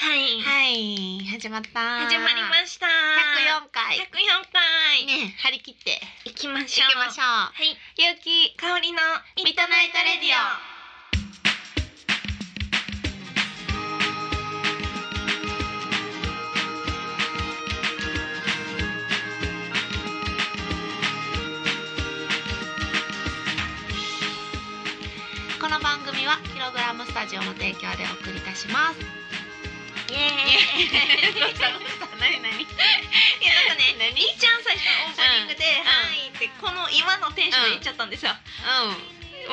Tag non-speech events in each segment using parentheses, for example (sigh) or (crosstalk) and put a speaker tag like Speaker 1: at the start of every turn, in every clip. Speaker 1: イ
Speaker 2: はい、始まった。
Speaker 1: 始まりました
Speaker 2: 104回。
Speaker 1: 104回
Speaker 2: ね、張り切って
Speaker 1: 行きま
Speaker 2: い
Speaker 1: し
Speaker 2: き
Speaker 1: ょう
Speaker 2: ましょう。
Speaker 1: はいゆうきかおりの
Speaker 2: ミッドナイトレディオこの番組はキログラムスタジオの提供でお送りいたします。
Speaker 1: イエーイ
Speaker 2: どうしたどうした (laughs) 何何
Speaker 1: いやなんかねみーちゃん最初のオープニングで
Speaker 2: うん
Speaker 1: はいってこの今のテンションで言っちゃったんですよ
Speaker 2: うん。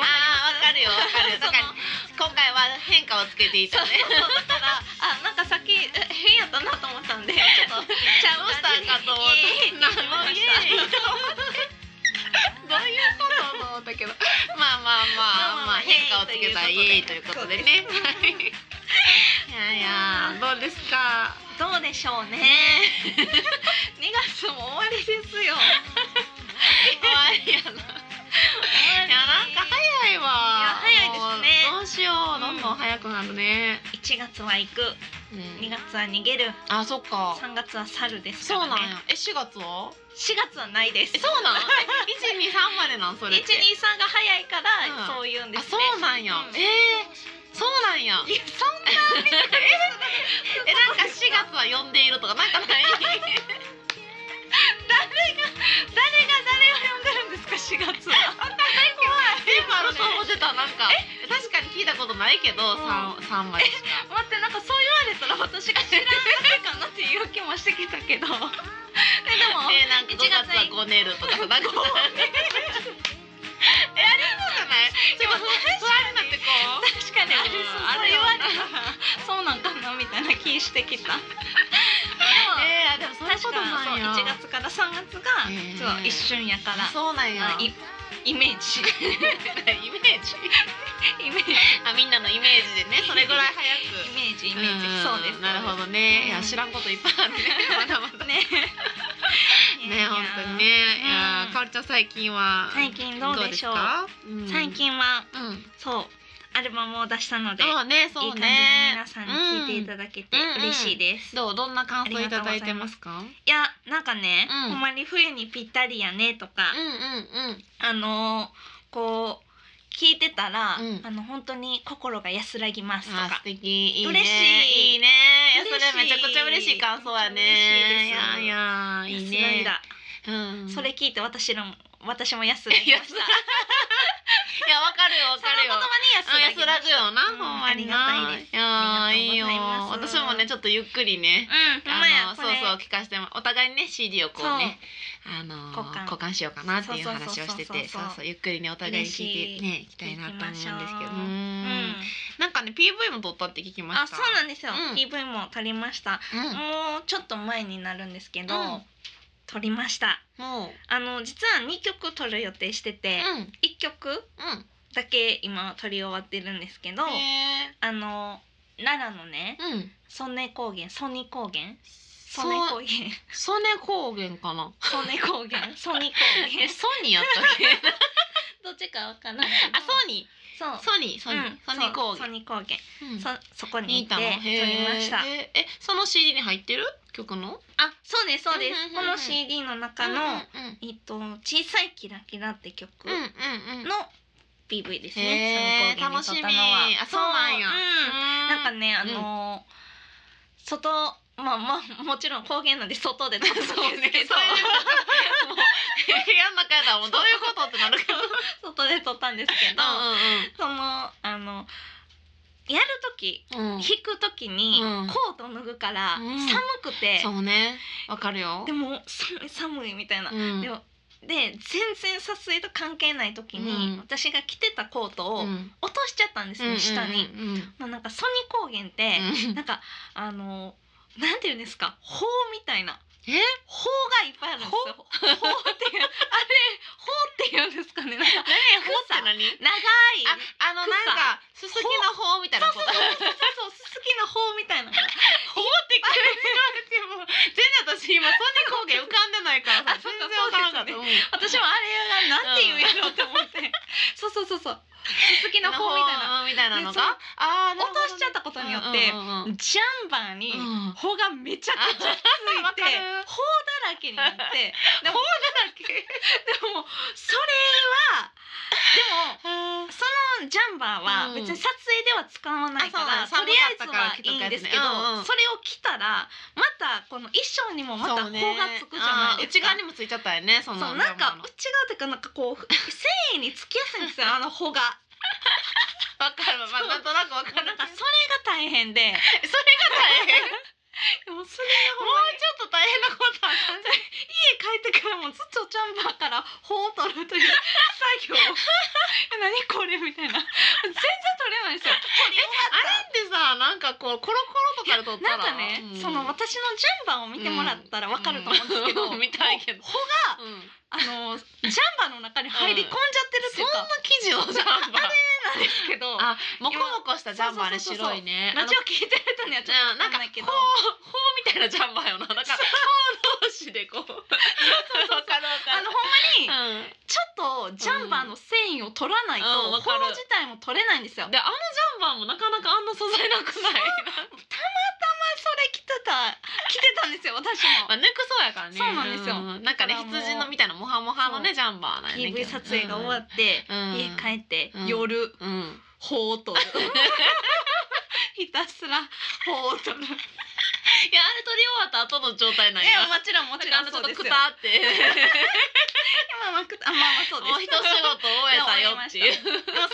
Speaker 2: ああーわかるよわか (laughs) る。だから今回は変化をつけていた
Speaker 1: そう
Speaker 2: ね。
Speaker 1: だからあなんかさっきえ変やったなと思ったんでちょっとちゃ
Speaker 2: どうしたんかと思って
Speaker 1: イエーイって言いました
Speaker 2: イエーイどういうことと思ったけどまあまあまあまあ変化をつけたイエーイということでねはいいやいやどうですか
Speaker 1: どうでしょう (laughs) ね。二月も終わりですよ。
Speaker 2: 終わりやないやなんか早いわ
Speaker 1: いや早いですね
Speaker 2: もうどうしようどんどん早くなるね、
Speaker 1: 一月は行く、二月は逃げる、
Speaker 2: あそっか
Speaker 1: 三月は去るです
Speaker 2: そう
Speaker 1: か
Speaker 2: なん
Speaker 1: ら
Speaker 2: や
Speaker 1: ね。
Speaker 2: え4月は
Speaker 1: 四月はないです
Speaker 2: え。そう (laughs) なん123までなんそれっ
Speaker 1: 一
Speaker 2: て
Speaker 1: 二三が早いから
Speaker 2: うん
Speaker 1: そう言うんで
Speaker 2: あ
Speaker 1: す
Speaker 2: そ
Speaker 1: ね。
Speaker 2: うなんや
Speaker 1: う
Speaker 2: えー、そうなんや
Speaker 1: いやそんなに
Speaker 2: (laughs) えなんか4月は呼んでいるとかなんか (laughs) ない
Speaker 1: 誰が誰を呼んでるんですか四月は。
Speaker 2: 全部あると思ってたなんか確かに聞いたことないけど
Speaker 1: ん
Speaker 2: 3三までしか
Speaker 1: 待ってなんかそう言われたら私が知らんだけかなっていう気もしてきたけど。えでも
Speaker 2: (laughs) えなんか5
Speaker 1: 一
Speaker 2: 月は
Speaker 1: は
Speaker 2: こねるとかさなんか (laughs) えあれそうじゃないでも不安になってこう
Speaker 1: 確かにあれそう
Speaker 2: うんあ
Speaker 1: そう
Speaker 2: る
Speaker 1: 言
Speaker 2: よ
Speaker 1: われ
Speaker 2: な
Speaker 1: たそうなんかなみたいな気してき
Speaker 2: (laughs)
Speaker 1: たでも、
Speaker 2: えー、でもそういう
Speaker 1: 確
Speaker 2: こと
Speaker 1: か
Speaker 2: な
Speaker 1: そうん
Speaker 2: や
Speaker 1: 1月から3月が
Speaker 2: へー
Speaker 1: そう一瞬やから
Speaker 2: あそうなんや
Speaker 1: あいイメー
Speaker 2: (laughs)
Speaker 1: ジ
Speaker 2: イメージ (laughs)
Speaker 1: イメージ
Speaker 2: あみんなのイメージでねそれぐらい早
Speaker 1: イ
Speaker 2: く
Speaker 1: メージイメージそうです
Speaker 2: んなるほどねいや知らんこといっぱいある (laughs) ねまだまだ
Speaker 1: ねいやい
Speaker 2: ね
Speaker 1: や
Speaker 2: 本当にねいや
Speaker 1: うん
Speaker 2: ーかおりちゃん最近は
Speaker 1: 最近どうでしょう
Speaker 2: どうですかうん
Speaker 1: 最近は
Speaker 2: うん
Speaker 1: そうアルバムを出したので
Speaker 2: そうね
Speaker 1: いい
Speaker 2: そう
Speaker 1: 感じに
Speaker 2: ね
Speaker 1: 皆さんに聞いていただけて
Speaker 2: うん
Speaker 1: 嬉しいです、
Speaker 2: どうどんな感想いただいてますか
Speaker 1: いやなんかね、
Speaker 2: うん
Speaker 1: ほんまに冬にぴったりやねとか、
Speaker 2: うんうんうん
Speaker 1: あのーこう聞いてたら、
Speaker 2: うん
Speaker 1: あの本当に心が安らぎますと
Speaker 2: あ素
Speaker 1: か。
Speaker 2: 敵いいね
Speaker 1: 嬉しい
Speaker 2: いいねいやそ
Speaker 1: 嬉しい
Speaker 2: れめちゃくちゃ嬉しい感想やね
Speaker 1: 嬉しいです
Speaker 2: いやいやいい
Speaker 1: 安らい
Speaker 2: ね
Speaker 1: だ
Speaker 2: うん
Speaker 1: それ聞いて私らも私も安らぎました。
Speaker 2: 安らいやわかるよわ
Speaker 1: そ
Speaker 2: か
Speaker 1: の
Speaker 2: る
Speaker 1: 言
Speaker 2: よ
Speaker 1: 葉に安らぎ
Speaker 2: 安ら
Speaker 1: ま
Speaker 2: ぐ
Speaker 1: した。
Speaker 2: よな、
Speaker 1: うん
Speaker 2: ほんま
Speaker 1: あり
Speaker 2: に
Speaker 1: が
Speaker 2: な。
Speaker 1: たいです
Speaker 2: や
Speaker 1: あ
Speaker 2: ーいい
Speaker 1: りが
Speaker 2: よ
Speaker 1: とうございます
Speaker 2: 私もねちょっとゆっくりね。
Speaker 1: うん、ほんまや
Speaker 2: あの
Speaker 1: こ
Speaker 2: そう
Speaker 1: れ
Speaker 2: そう聞かせてもお互いにね CD をこうねあの
Speaker 1: 交換
Speaker 2: 交換しようかなっていう話をして
Speaker 1: そうそうそうそ
Speaker 2: てそううそうゆっくりねお互いに聞いてねいきたいなと思うんですけど
Speaker 1: 聞いてみましょう
Speaker 2: う
Speaker 1: う
Speaker 2: ー
Speaker 1: んん。
Speaker 2: なんかね PV も撮ったって聞きま
Speaker 1: あ、
Speaker 2: し
Speaker 1: そ
Speaker 2: た
Speaker 1: うなんですよ。
Speaker 2: うん
Speaker 1: PV も撮りました。
Speaker 2: うん
Speaker 1: もうちょっと前になるんですけど
Speaker 2: うん、
Speaker 1: 撮りました。
Speaker 2: もう
Speaker 1: あの実は2曲撮る予定してて、
Speaker 2: うん
Speaker 1: 1曲
Speaker 2: う
Speaker 1: だけ今撮り終わってるんですけど、
Speaker 2: んへ
Speaker 1: あの奈良のね
Speaker 2: ーうん
Speaker 1: 曽根高原曽根高原
Speaker 2: そ
Speaker 1: 曽根高原
Speaker 2: ソネ高原
Speaker 1: (laughs)
Speaker 2: かな
Speaker 1: 曽根高原曽根高
Speaker 2: え
Speaker 1: 原
Speaker 2: ソニーやったっけ
Speaker 1: どっちかわからない
Speaker 2: (laughs) あソニ
Speaker 1: そう
Speaker 2: ーソニーソニー
Speaker 1: うん
Speaker 2: ソニー
Speaker 1: そ
Speaker 2: 高
Speaker 1: うソ
Speaker 2: 原
Speaker 1: ニー高原
Speaker 2: うん
Speaker 1: そそこに行
Speaker 2: にい
Speaker 1: って
Speaker 2: たの
Speaker 1: 撮
Speaker 2: へー
Speaker 1: りましたあ
Speaker 2: えーえその CD に入ってる曲の
Speaker 1: そうですそうで
Speaker 2: うんうんう
Speaker 1: す
Speaker 2: んう
Speaker 1: こ
Speaker 2: ん
Speaker 1: の CD の中の
Speaker 2: うんうん
Speaker 1: えっと小さいキラキラって曲
Speaker 2: うんうん
Speaker 1: の
Speaker 2: うん
Speaker 1: PV です
Speaker 2: へ
Speaker 1: ね
Speaker 2: ー
Speaker 1: 曽根高原に撮ったの
Speaker 2: 楽しみ
Speaker 1: は
Speaker 2: あそうなんや
Speaker 1: そううんなんか
Speaker 2: ね
Speaker 1: ねあのー外まあまあもちろん高原なんで外で撮ったんです
Speaker 2: そうね
Speaker 1: けど (laughs)
Speaker 2: そうもう部屋の中やったらもうどういうことってなるけど
Speaker 1: 外で撮ったんですけど、そのあのやる時
Speaker 2: うんうんうん
Speaker 1: 弾く時に
Speaker 2: うん
Speaker 1: コート脱ぐから
Speaker 2: うん
Speaker 1: 寒くて、
Speaker 2: そうねわかるよ
Speaker 1: でも寒い寒いみたいな、
Speaker 2: うん
Speaker 1: でもで全然撮影と関係ない時に、
Speaker 2: うん
Speaker 1: 私が着てたコートを
Speaker 2: うん
Speaker 1: 落としちゃったんですね、下に。
Speaker 2: うんうん
Speaker 1: まあ、なんかソニー高原って、
Speaker 2: うん
Speaker 1: なんかあのなんていうんですか砲みたいな
Speaker 2: え
Speaker 1: 砲がいっぱいあるんですよ砲っていうあれ砲っていうんですかねなんか
Speaker 2: 何ほって何
Speaker 1: 長い
Speaker 2: ああのなんかすすきのほみたいなことほ
Speaker 1: そうそうすすきの砲みたいなのが
Speaker 2: って急に言われても全然私今そんな光景浮かんでないから
Speaker 1: あ
Speaker 2: さ
Speaker 1: そっ
Speaker 2: 全
Speaker 1: か
Speaker 2: 然わからんかった
Speaker 1: そううん私もあれがなんていうんやろうって思って、そうそうそうそう好きな方みたいな
Speaker 2: なみたいなの
Speaker 1: でその
Speaker 2: があーなるほ
Speaker 1: 落
Speaker 2: ど
Speaker 1: としちゃったことによって、
Speaker 2: うんうんうんうん
Speaker 1: ジャンバーに
Speaker 2: うん
Speaker 1: 頬がめちゃくちゃつ
Speaker 2: あわ
Speaker 1: い
Speaker 2: か
Speaker 1: て
Speaker 2: る
Speaker 1: 頬だらけにな
Speaker 2: (laughs)
Speaker 1: ってでも (laughs) でもそれはで
Speaker 2: あー
Speaker 1: もそのジャンバーは別に撮影では使わないから、
Speaker 2: あそう
Speaker 1: とりあえずはいいんですけど、
Speaker 2: 寒かったから着とくやつねうんうん
Speaker 1: それを着たらまたこの衣装にもまた
Speaker 2: そ
Speaker 1: 頬
Speaker 2: う
Speaker 1: が
Speaker 2: ね
Speaker 1: つくじゃないですか
Speaker 2: あー内側。にもついちゃったよねその
Speaker 1: そうなんか内側というかなんかこう繊維につきやすいんですよあの
Speaker 2: (laughs)
Speaker 1: 穂が
Speaker 2: わかるわ、まあ、なんとなくわかる
Speaker 1: なんかそれが大変
Speaker 2: (laughs)
Speaker 1: で
Speaker 2: 大変
Speaker 1: でもそれ
Speaker 2: もうちょっと大変なことあったんじゃない
Speaker 1: 家帰ってからもずっとジャンバーから穂を取るという作業 (laughs) え何これみたいな全然取れないんですよ
Speaker 2: あれってさなんかこうコロコロとかで撮っ
Speaker 1: な
Speaker 2: た
Speaker 1: ん
Speaker 2: ら
Speaker 1: かね、
Speaker 2: うん
Speaker 1: その私のジャンバーを見てもらったらわかると思うんですけど、
Speaker 2: うん (laughs) 見たいけど
Speaker 1: 穂が
Speaker 2: うん
Speaker 1: あのジャンバーの中に入り込んじゃってるって
Speaker 2: そ
Speaker 1: い
Speaker 2: ん
Speaker 1: う
Speaker 2: な
Speaker 1: か、
Speaker 2: 生地のジャンバー
Speaker 1: なんですけど
Speaker 2: あモコモコしたジャンバーね
Speaker 1: そうそうそうそう
Speaker 2: 白いね
Speaker 1: ラジオ聞いてる人にはちょっとわ
Speaker 2: なん
Speaker 1: か
Speaker 2: か
Speaker 1: んないけど
Speaker 2: ほうほうみたいなジャンバーよななんかほう同士でこうわかるわ
Speaker 1: あ
Speaker 2: か
Speaker 1: のほ
Speaker 2: る
Speaker 1: んまに、
Speaker 2: うん
Speaker 1: ちょっとジャンバーの繊維を取らないと、
Speaker 2: うんうんわかる
Speaker 1: この自体も取れないんですよ。
Speaker 2: であのジャンバーもなかなかあんな素材なくない
Speaker 1: それ着てた着てたんですよ私
Speaker 2: (laughs) ま
Speaker 1: も。
Speaker 2: あ、抜くそうやからね
Speaker 1: そうなんですよ
Speaker 2: んなんかね
Speaker 1: だからもう
Speaker 2: 羊のみたいなモハモハのねジャンバーなんやねんけ
Speaker 1: PV
Speaker 2: ど
Speaker 1: 撮影が終わって、
Speaker 2: うん
Speaker 1: 家帰って、
Speaker 2: うん
Speaker 1: 夜
Speaker 2: うん、うん
Speaker 1: ほうと
Speaker 2: (laughs)
Speaker 1: るひたすらほうとる。
Speaker 2: いやあれ撮り終わった後の状態なん
Speaker 1: いや
Speaker 2: や
Speaker 1: もちろんも
Speaker 2: なん
Speaker 1: ち
Speaker 2: か
Speaker 1: ろん
Speaker 2: あのち
Speaker 1: そ
Speaker 2: ょっ
Speaker 1: うで
Speaker 2: と
Speaker 1: す
Speaker 2: く
Speaker 1: よ。
Speaker 2: たって
Speaker 1: まあまあくたあまあまあ (laughs) そうです。
Speaker 2: もう一仕事終えたよっていう
Speaker 1: でも撮影自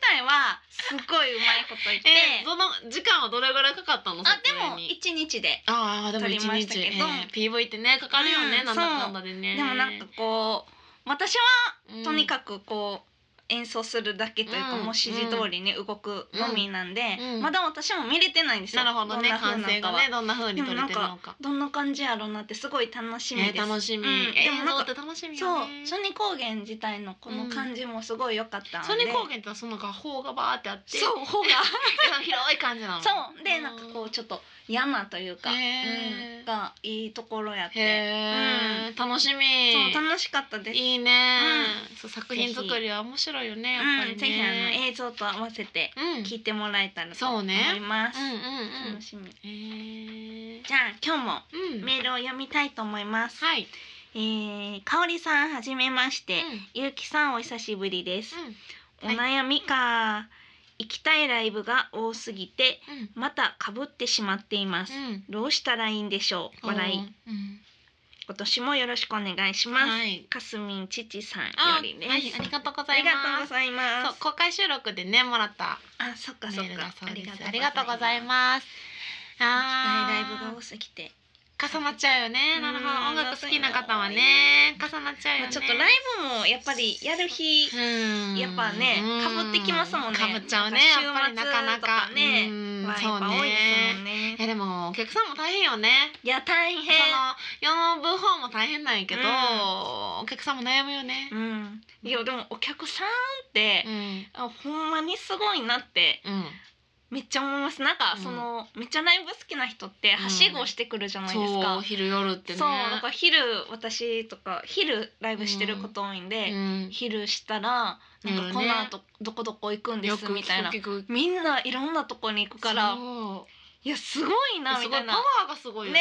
Speaker 1: 体はすごいうまいこと言って、
Speaker 2: えその時間はどれぐらいかかったの撮
Speaker 1: あでも
Speaker 2: 影に
Speaker 1: 一日で。
Speaker 2: ああでも一
Speaker 1: 撮りました
Speaker 2: 日、
Speaker 1: け
Speaker 2: え
Speaker 1: ど
Speaker 2: ー PV ってねかかるよ
Speaker 1: う
Speaker 2: ね、
Speaker 1: ん
Speaker 2: なんだかんだでね
Speaker 1: でもなんかこう私はとにかくこう演奏するだけというか、
Speaker 2: うん
Speaker 1: もう指示通りに動くのみなんで、
Speaker 2: うん
Speaker 1: まだ私も見れてないんです
Speaker 2: く
Speaker 1: よ
Speaker 2: なるほどね
Speaker 1: んな風
Speaker 2: 完成
Speaker 1: な
Speaker 2: が
Speaker 1: んかは
Speaker 2: ねどんな風に撮れてるの
Speaker 1: でもな
Speaker 2: か
Speaker 1: んどんな感じやろうなってすごい楽しみです、
Speaker 2: えー楽しみ、
Speaker 1: うん
Speaker 2: え
Speaker 1: でも
Speaker 2: 映像
Speaker 1: なん
Speaker 2: っ
Speaker 1: か
Speaker 2: て楽しみ
Speaker 1: そう
Speaker 2: よね
Speaker 1: 初任高原自体のこの感じもすごい良かったんで、
Speaker 2: ソニ高原ってその画法がバーってあって
Speaker 1: そう
Speaker 2: (laughs)
Speaker 1: 方が
Speaker 2: えなんか広い感じなの
Speaker 1: そう
Speaker 2: う
Speaker 1: で
Speaker 2: ん
Speaker 1: なんかこうちょっと山というか、
Speaker 2: へー
Speaker 1: うんがいいところやって
Speaker 2: へえ、楽しみ
Speaker 1: そう楽しかったです
Speaker 2: いいね、そう作品作りは面白いよねやっぱり
Speaker 1: うん、
Speaker 2: ね
Speaker 1: ぜひあの映像と合わせて
Speaker 2: うん
Speaker 1: 聞いてもらえたらと
Speaker 2: そ
Speaker 1: 思
Speaker 2: う
Speaker 1: い
Speaker 2: ね
Speaker 1: ます、
Speaker 2: うんうんうん
Speaker 1: 楽しみ
Speaker 2: へー
Speaker 1: じゃあ今日も
Speaker 2: うん
Speaker 1: メールを読みたいと思います。
Speaker 2: はい
Speaker 1: えー、かおりさんはじめまし
Speaker 2: う
Speaker 1: て、ゆうきさんお久しぶりです。
Speaker 2: ん
Speaker 1: お
Speaker 2: はい
Speaker 1: 悩みか。行きたいライブが多すぎて
Speaker 2: うん
Speaker 1: また被ってしまっています。
Speaker 2: うん
Speaker 1: どうしたらいいんでしょう。笑い。
Speaker 2: うん
Speaker 1: 今年もよろしくお願いします。
Speaker 2: はい
Speaker 1: かすみんちちさんよ
Speaker 2: あ
Speaker 1: りです。
Speaker 2: はいありがとうご
Speaker 1: あ
Speaker 2: ざ
Speaker 1: り
Speaker 2: い
Speaker 1: がとう
Speaker 2: ま
Speaker 1: ご
Speaker 2: す
Speaker 1: ざいま
Speaker 2: そう
Speaker 1: す。
Speaker 2: 公開収録でねもらった
Speaker 1: あ、そっ
Speaker 2: メ
Speaker 1: かそっ
Speaker 2: ールだ
Speaker 1: か。
Speaker 2: そうですありがとうございます
Speaker 1: 行きたいライ
Speaker 2: あー
Speaker 1: ブが多すぎて、
Speaker 2: 重なっちゃうよね。なるほど
Speaker 1: うん。
Speaker 2: 音楽好きな方はね、重なっちゃう
Speaker 1: ま
Speaker 2: よ
Speaker 1: あ、
Speaker 2: ね。
Speaker 1: ちょっとライブもやっぱりやる日
Speaker 2: うん
Speaker 1: やっぱね
Speaker 2: うん
Speaker 1: 被ってきますもんね
Speaker 2: 被っちゃうね。
Speaker 1: なんか
Speaker 2: やっぱりなか
Speaker 1: 週
Speaker 2: な
Speaker 1: 末と
Speaker 2: か
Speaker 1: かね
Speaker 2: うん
Speaker 1: はや
Speaker 2: そ
Speaker 1: っ
Speaker 2: う
Speaker 1: ぱ多いですもん
Speaker 2: ね。
Speaker 1: ね
Speaker 2: い。やでもお客さんも大変よね。
Speaker 1: いや大変
Speaker 2: そ。の呼ぶ方も大変なんやけど
Speaker 1: うん、
Speaker 2: お客さんも悩むよね
Speaker 1: う。ん。いやでもお客さんって
Speaker 2: う、ん。
Speaker 1: あほんまにすごいなって
Speaker 2: うん。
Speaker 1: めっちゃ思います。なんか
Speaker 2: うん
Speaker 1: その、めっちゃライブ好きな人ってはしごしてくるじゃないですか。
Speaker 2: そう昼夜ってね。
Speaker 1: そうなんか昼私とか昼ライブしてること多いんで、
Speaker 2: うん
Speaker 1: 昼したらなんかこの後どこどこ行くんで
Speaker 2: よ
Speaker 1: す
Speaker 2: く
Speaker 1: みたいな、
Speaker 2: 聞く
Speaker 1: みんないろんなとこに行くから
Speaker 2: そう
Speaker 1: いやすごいな
Speaker 2: す
Speaker 1: み
Speaker 2: ご
Speaker 1: た
Speaker 2: い
Speaker 1: い
Speaker 2: パ
Speaker 1: な
Speaker 2: ワーがすごいよね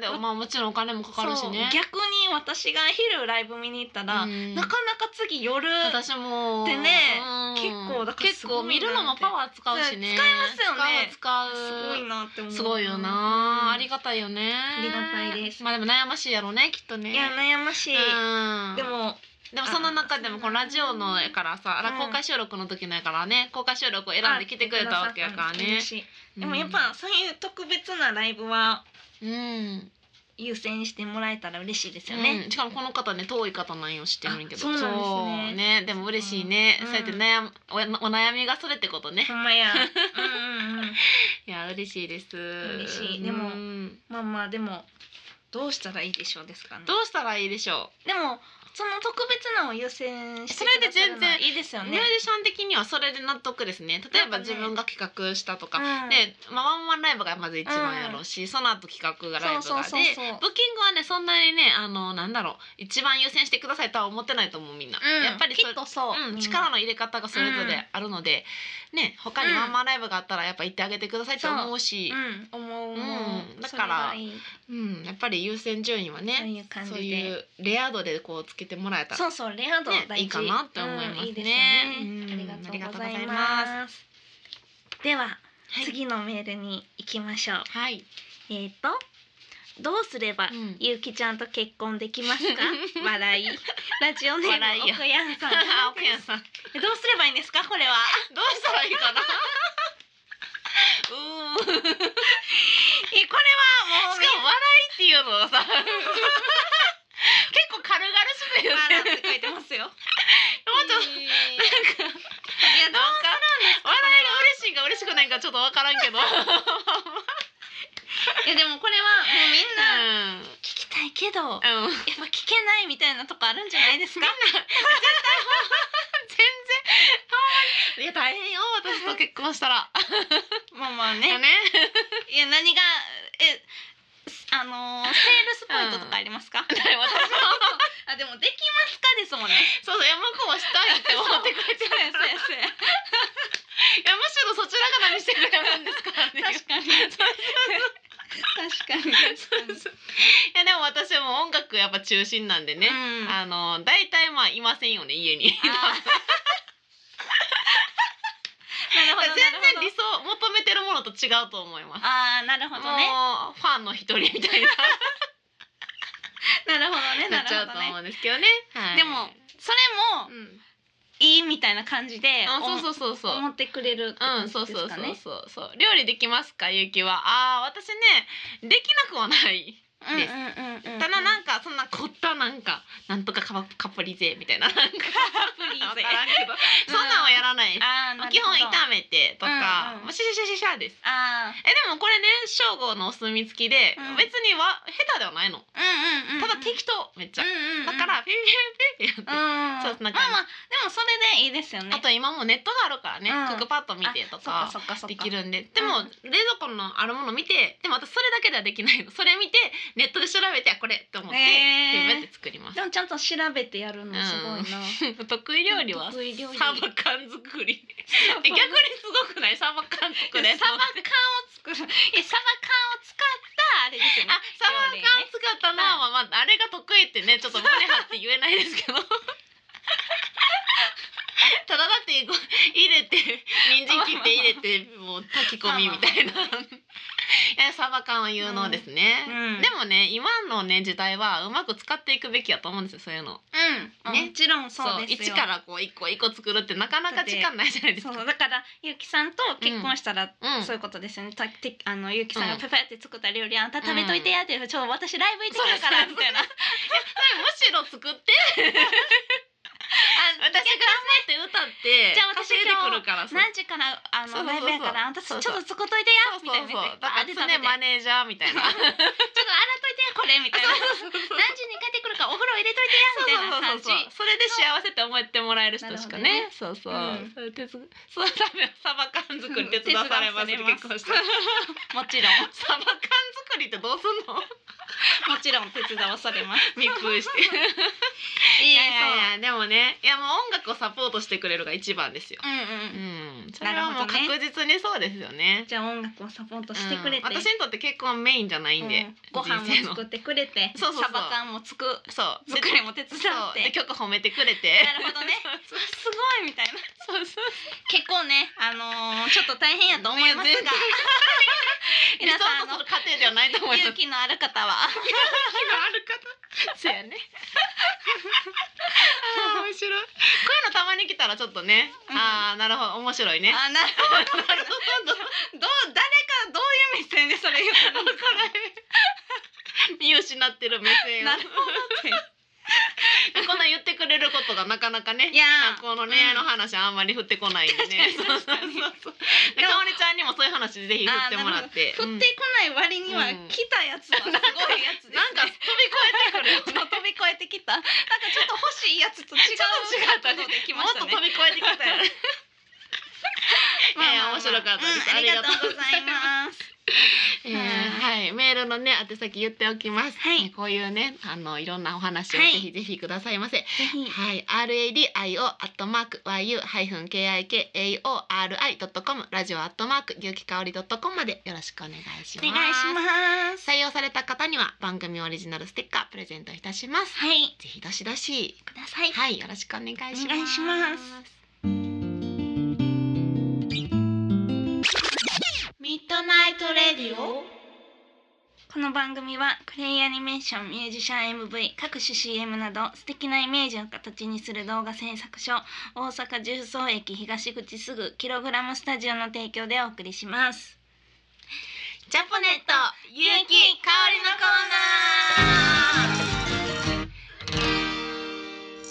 Speaker 1: ね。
Speaker 2: でまあもちろんお金もかかるしね
Speaker 1: そう。逆に私が昼ライブ見に行ったら、
Speaker 2: うん
Speaker 1: なかなか次夜
Speaker 2: 私も
Speaker 1: でね
Speaker 2: うん
Speaker 1: 結構だから
Speaker 2: 結構見るのもパワー使うし
Speaker 1: 使
Speaker 2: ね
Speaker 1: いますよね
Speaker 2: 使う
Speaker 1: す
Speaker 2: 使
Speaker 1: ご
Speaker 2: う
Speaker 1: いなって思う
Speaker 2: すごいよな、ありがたいよね
Speaker 1: ありがたいです
Speaker 2: まあでも悩ましいやろねきっとね
Speaker 1: いや悩ましい、
Speaker 2: うん
Speaker 1: でも
Speaker 2: でもその中でもこのラジオのやからさ、
Speaker 1: うん
Speaker 2: 公開収録の時のやからね公開収録を選んで来てくれたわけやから
Speaker 1: あ嬉
Speaker 2: ね
Speaker 1: しいでもやっぱそういう特別なライブは
Speaker 2: うん、うん
Speaker 1: 優先してもらえたら嬉しいですよね、
Speaker 2: うんしかもこの方ね遠い方なんよ知ってるんやけど
Speaker 1: あそうなんですね
Speaker 2: そうねでも嬉しいね、
Speaker 1: うん
Speaker 2: そうやって悩むおお悩みがそれってことね
Speaker 1: ほんま (laughs) やうんうんうん
Speaker 2: いや嬉しいです。
Speaker 1: 嬉しいでも
Speaker 2: うん
Speaker 1: まあまあでもどうしたらいいでしょうですかね
Speaker 2: どうしたらいいでしょ
Speaker 1: でもその特別なのを優先して
Speaker 2: それで全然
Speaker 1: くださるのはいいですよ
Speaker 2: ミュ
Speaker 1: ね
Speaker 2: ー。ジシャン的にはそれで納得ですね例え
Speaker 1: な
Speaker 2: ば
Speaker 1: んかね
Speaker 2: 自分が企画したとか
Speaker 1: うん
Speaker 2: で、まあ、ワンワンライブがまず一番やろうし、その後企画がライブ
Speaker 1: そ
Speaker 2: が
Speaker 1: う
Speaker 2: で
Speaker 1: そうそうそう
Speaker 2: ブッキングはねそんなにねあのなんだろう一番優先してくださいとは思ってないと思うみんな、
Speaker 1: うん
Speaker 2: やっぱり
Speaker 1: き
Speaker 2: そ
Speaker 1: っとそう。
Speaker 2: う
Speaker 1: み
Speaker 2: ん、
Speaker 1: な
Speaker 2: 力の入れ方がそれぞれあるので、ね他にワンマンライブがあったらやっぱ行ってあげてくださいと思うし、
Speaker 1: うん思う思う。
Speaker 2: うんだから
Speaker 1: それがいい
Speaker 2: うんやっぱり優先順位は
Speaker 1: そう
Speaker 2: ね
Speaker 1: いう感じ
Speaker 2: そうい
Speaker 1: で。
Speaker 2: うレア度でこうつけてもらえたら
Speaker 1: そうそうレア度
Speaker 2: ね
Speaker 1: 大事。
Speaker 2: いいかなって思いま
Speaker 1: う
Speaker 2: すね
Speaker 1: んいいですよね
Speaker 2: うん
Speaker 1: ありがとうござい
Speaker 2: ありがとうございま
Speaker 1: ます。では
Speaker 2: はい、
Speaker 1: 次のメールに行きましょう。
Speaker 2: はい、
Speaker 1: えっとどうすれば
Speaker 2: うん
Speaker 1: ゆうきちゃんと結婚できますか (laughs) 笑いラジオネー
Speaker 2: 笑い
Speaker 1: ム
Speaker 2: や
Speaker 1: おこやん (laughs) さん
Speaker 2: あ奥谷さん
Speaker 1: えどうすればいいんですかこれは
Speaker 2: どうしたらいいかな。 (laughs) うーん。しかも笑い
Speaker 1: (laughs) えこれはもうね
Speaker 2: っていうのはさ。結構軽々しく言
Speaker 1: 笑
Speaker 2: っ
Speaker 1: って
Speaker 2: る。
Speaker 1: て書いてますよ
Speaker 2: もうちょっと。
Speaker 1: い
Speaker 2: なん
Speaker 1: や
Speaker 2: か、なんか、
Speaker 1: どう
Speaker 2: 笑いが嬉しいか嬉しくないか、ちょっとわからんけど。う
Speaker 1: (laughs) いやでもこれはもうみんな、
Speaker 2: ん。
Speaker 1: 聞きたいけど、やっ
Speaker 2: うん。
Speaker 1: ぱ聞けないみたいなとこあるんじゃないですか。
Speaker 2: 全然。ほんまに。いや、大変よ、私と結婚したら。
Speaker 1: (laughs) まあまあ
Speaker 2: ね。
Speaker 1: ね。いや何がえあのーセールスポイントと (laughs) かありますか？
Speaker 2: 私も。
Speaker 1: あでもできますかですもんね。
Speaker 2: (laughs) そうそう、山子はしたいって思ってくれて
Speaker 1: そう
Speaker 2: る
Speaker 1: やそうやそうや。
Speaker 2: いや、むしろそちらが何してくれるんですかっていう。
Speaker 1: 確かに確かに
Speaker 2: そうそういやでも私も音楽やっぱ中心なんでね、
Speaker 1: うん (laughs)
Speaker 2: あの大体まあいませんよね家に
Speaker 1: あーなるほど
Speaker 2: 全然理想求めてるものと違うと思います
Speaker 1: ああーなるほどね
Speaker 2: もうファンの一人みたいな
Speaker 1: なるほどね
Speaker 2: (laughs) な
Speaker 1: な
Speaker 2: っちゃう
Speaker 1: る
Speaker 2: と
Speaker 1: ほど
Speaker 2: 思
Speaker 1: ね
Speaker 2: うんですけどね、はい
Speaker 1: でもそれも
Speaker 2: うん、
Speaker 1: いいみたいな感じで
Speaker 2: あ
Speaker 1: お
Speaker 2: そうそうそうそう
Speaker 1: 思ってくれるって
Speaker 2: う
Speaker 1: 感
Speaker 2: ん、
Speaker 1: じ
Speaker 2: そう
Speaker 1: です
Speaker 2: そうそ
Speaker 1: か
Speaker 2: う
Speaker 1: ね
Speaker 2: そうそう料理できますかゆうきはああ私ねできなくはない
Speaker 1: うんうんうんうん
Speaker 2: ただなんかそんな凝ったなんかなんとかカバカプリゼみたいななんか
Speaker 1: プリーゼ
Speaker 2: わからんけど (laughs) そんなんはやらないです
Speaker 1: あーなるほど
Speaker 2: 基本炒めてとか、
Speaker 1: うんうん
Speaker 2: もうシャシャシャシャシャです
Speaker 1: あ
Speaker 2: えでもこれね正午のお墨付きで、
Speaker 1: うん
Speaker 2: 別には下手ではないの
Speaker 1: あうんうんうん
Speaker 2: ただ適当めっちゃ、だからピピピピピやって、
Speaker 1: うん
Speaker 2: そうそんな感じ
Speaker 1: まあまあでもそれでいいですよね
Speaker 2: あと今もうネットがあるからね、
Speaker 1: うん
Speaker 2: クックパッド見てと
Speaker 1: あ
Speaker 2: か
Speaker 1: そっかそっかそっか
Speaker 2: できるんで
Speaker 1: う
Speaker 2: で
Speaker 1: ん
Speaker 2: も、冷蔵庫のあるもの見てでも私それだけではできないのそれ見てネットで調べてあこれって思って、
Speaker 1: へー
Speaker 2: でこうやって作ります
Speaker 1: でもちゃんと調べてやるのすごいな
Speaker 2: (laughs) 得意料理は
Speaker 1: 得意料理
Speaker 2: サバ缶作りえ逆にすごくないサバ缶作
Speaker 1: こ
Speaker 2: れ
Speaker 1: れサバ缶を作るいやサバ缶を使ったあれですよね
Speaker 2: あ、サバ缶使ったのは、まあ、あれが得意ってね、ちょっと胸張って言えないです (laughs) けど。ただだってこう入れて人参切って入れてもう炊き込みみたいないやサバ缶は有能ですね、
Speaker 1: うんうん
Speaker 2: でもね今のね時代はうまく使っていくべきやと思うんですよそういうの
Speaker 1: うん、
Speaker 2: ね
Speaker 1: もちろんそうですよ
Speaker 2: 一からこう一個一個作るってなかなか時間ないじゃないです
Speaker 1: そ
Speaker 2: か
Speaker 1: うそうだからゆうきさんと結婚したら、
Speaker 2: うん
Speaker 1: そういうことですよねたてあのゆうきさん
Speaker 2: う
Speaker 1: が
Speaker 2: ん
Speaker 1: ペペって作った料理、あんた食べといてやってちょ私ライブ行ってくるか
Speaker 2: そう
Speaker 1: ら
Speaker 2: そう
Speaker 1: みたいな
Speaker 2: むしろ作って
Speaker 1: あ
Speaker 2: 私頑張って歌って
Speaker 1: じゃあ私
Speaker 2: 稼いでくるから
Speaker 1: 何時からあ
Speaker 2: そうそうそう
Speaker 1: のライブやからあんたち
Speaker 2: そ
Speaker 1: ょ
Speaker 2: う
Speaker 1: っ
Speaker 2: そう
Speaker 1: と作っといて
Speaker 2: そ
Speaker 1: や
Speaker 2: う
Speaker 1: み
Speaker 2: そう
Speaker 1: たい
Speaker 2: そう
Speaker 1: な言ってバーって食べ
Speaker 2: だから常
Speaker 1: て
Speaker 2: マネージャーみたいな
Speaker 1: ちょっと洗っといてやこれみたいな何時に帰ってくるからお風呂入れといてやみたいな感じ
Speaker 2: そうそうそうそうそれで幸せって思ってもらえる人しかねそうそう、
Speaker 1: うん
Speaker 2: そういう手つそうサバサバ缶作り手伝わされます
Speaker 1: 手伝わ
Speaker 2: 結
Speaker 1: されます
Speaker 2: 婚したら
Speaker 1: もちろん
Speaker 2: サバ缶作りってどうすんの
Speaker 1: もちろん手伝わされ (laughs) ます
Speaker 2: 密封してい
Speaker 1: い
Speaker 2: やいやいやでもねいやもう音楽をサポートしてくれるが一番ですよ
Speaker 1: そう
Speaker 2: う
Speaker 1: うんうん
Speaker 2: んそれはもう
Speaker 1: なるほどね
Speaker 2: 確実にそうですよね
Speaker 1: じゃあ音楽をサポートしてくれて、
Speaker 2: うん私にとって結婚はメインじゃないんで、
Speaker 1: うんご飯
Speaker 2: 人生
Speaker 1: も
Speaker 2: の
Speaker 1: 作ってくれて
Speaker 2: そうそうそ
Speaker 1: サ
Speaker 2: う
Speaker 1: バ缶も作
Speaker 2: そ
Speaker 1: (laughs)
Speaker 2: う
Speaker 1: 作りも手伝
Speaker 2: そう
Speaker 1: っ
Speaker 2: で
Speaker 1: て
Speaker 2: 曲褒めてくれて
Speaker 1: なるほどね
Speaker 2: (laughs) そう
Speaker 1: すごいみたいな
Speaker 2: そうそう
Speaker 1: 結構ねあのーちょっと大変やと思います
Speaker 2: いや
Speaker 1: が
Speaker 2: 全然
Speaker 1: 皆さん
Speaker 2: 理想
Speaker 1: あ
Speaker 2: の
Speaker 1: の
Speaker 2: 家庭ではないと思います
Speaker 1: 勇気のある方は
Speaker 2: ある方 (laughs) そうやねあー面白いこういうのたまに来たらちょっとね、
Speaker 1: うん
Speaker 2: ああなるほど面白いね
Speaker 1: あなるほどど
Speaker 2: (laughs)
Speaker 1: う誰かどういう目線でそれ言った
Speaker 2: (laughs)
Speaker 1: のか
Speaker 2: 見失ってる目線を
Speaker 1: なるほどって
Speaker 2: ここんなん言ってくれることがなかなかね
Speaker 1: いやー
Speaker 2: この恋愛の話あんまり振ってこないんでね、
Speaker 1: うん確かに確かに
Speaker 2: そうそうそうでかおりちゃんにもそういう話ぜひ振ってもらって
Speaker 1: 振ってこない割には
Speaker 2: うん
Speaker 1: 来たやつはすごいやつです、ね、
Speaker 2: なんか飛び越えてくるよね
Speaker 1: 飛び越えてきたなんかちょっと欲しいやつと違う
Speaker 2: ちょっと違ったね
Speaker 1: 角度でき
Speaker 2: も
Speaker 1: ま
Speaker 2: っ
Speaker 1: した
Speaker 2: と
Speaker 1: ね
Speaker 2: 飛び越えてきたよね
Speaker 1: (laughs) まあまあまあ
Speaker 2: いや面白かったです
Speaker 1: うんありがとうございます
Speaker 2: えーはい、メールのね宛先言っておきます。
Speaker 1: はい
Speaker 2: えーこういうね、あのいろんなお話を
Speaker 1: は
Speaker 2: ぜ
Speaker 1: い
Speaker 2: ひぜひくださいませ。
Speaker 1: ぜひ
Speaker 2: はい、R A D I O アットマーク Y U ハイフン K I K A O R I ドットコムラジオアットマークゆうきかおりドットコムまでよろしくお願いし
Speaker 1: お
Speaker 2: ます。
Speaker 1: 願いします
Speaker 2: 採用された方には番組オリジナルステッカープレゼントいたします。
Speaker 1: はい
Speaker 2: ぜひどしどし。
Speaker 1: ください
Speaker 2: はい、よろしくお願いします。
Speaker 1: お願いします
Speaker 2: ミッドナイトレディオ。
Speaker 1: この番組はクレイアニメーションミュージシャン MV 各種 CM など素敵なイメージを形にする動画制作所大阪十三駅東口すぐキログラムスタジオの提供でお送りします
Speaker 2: ジャポネット、ゆうき、かおりのコーナー。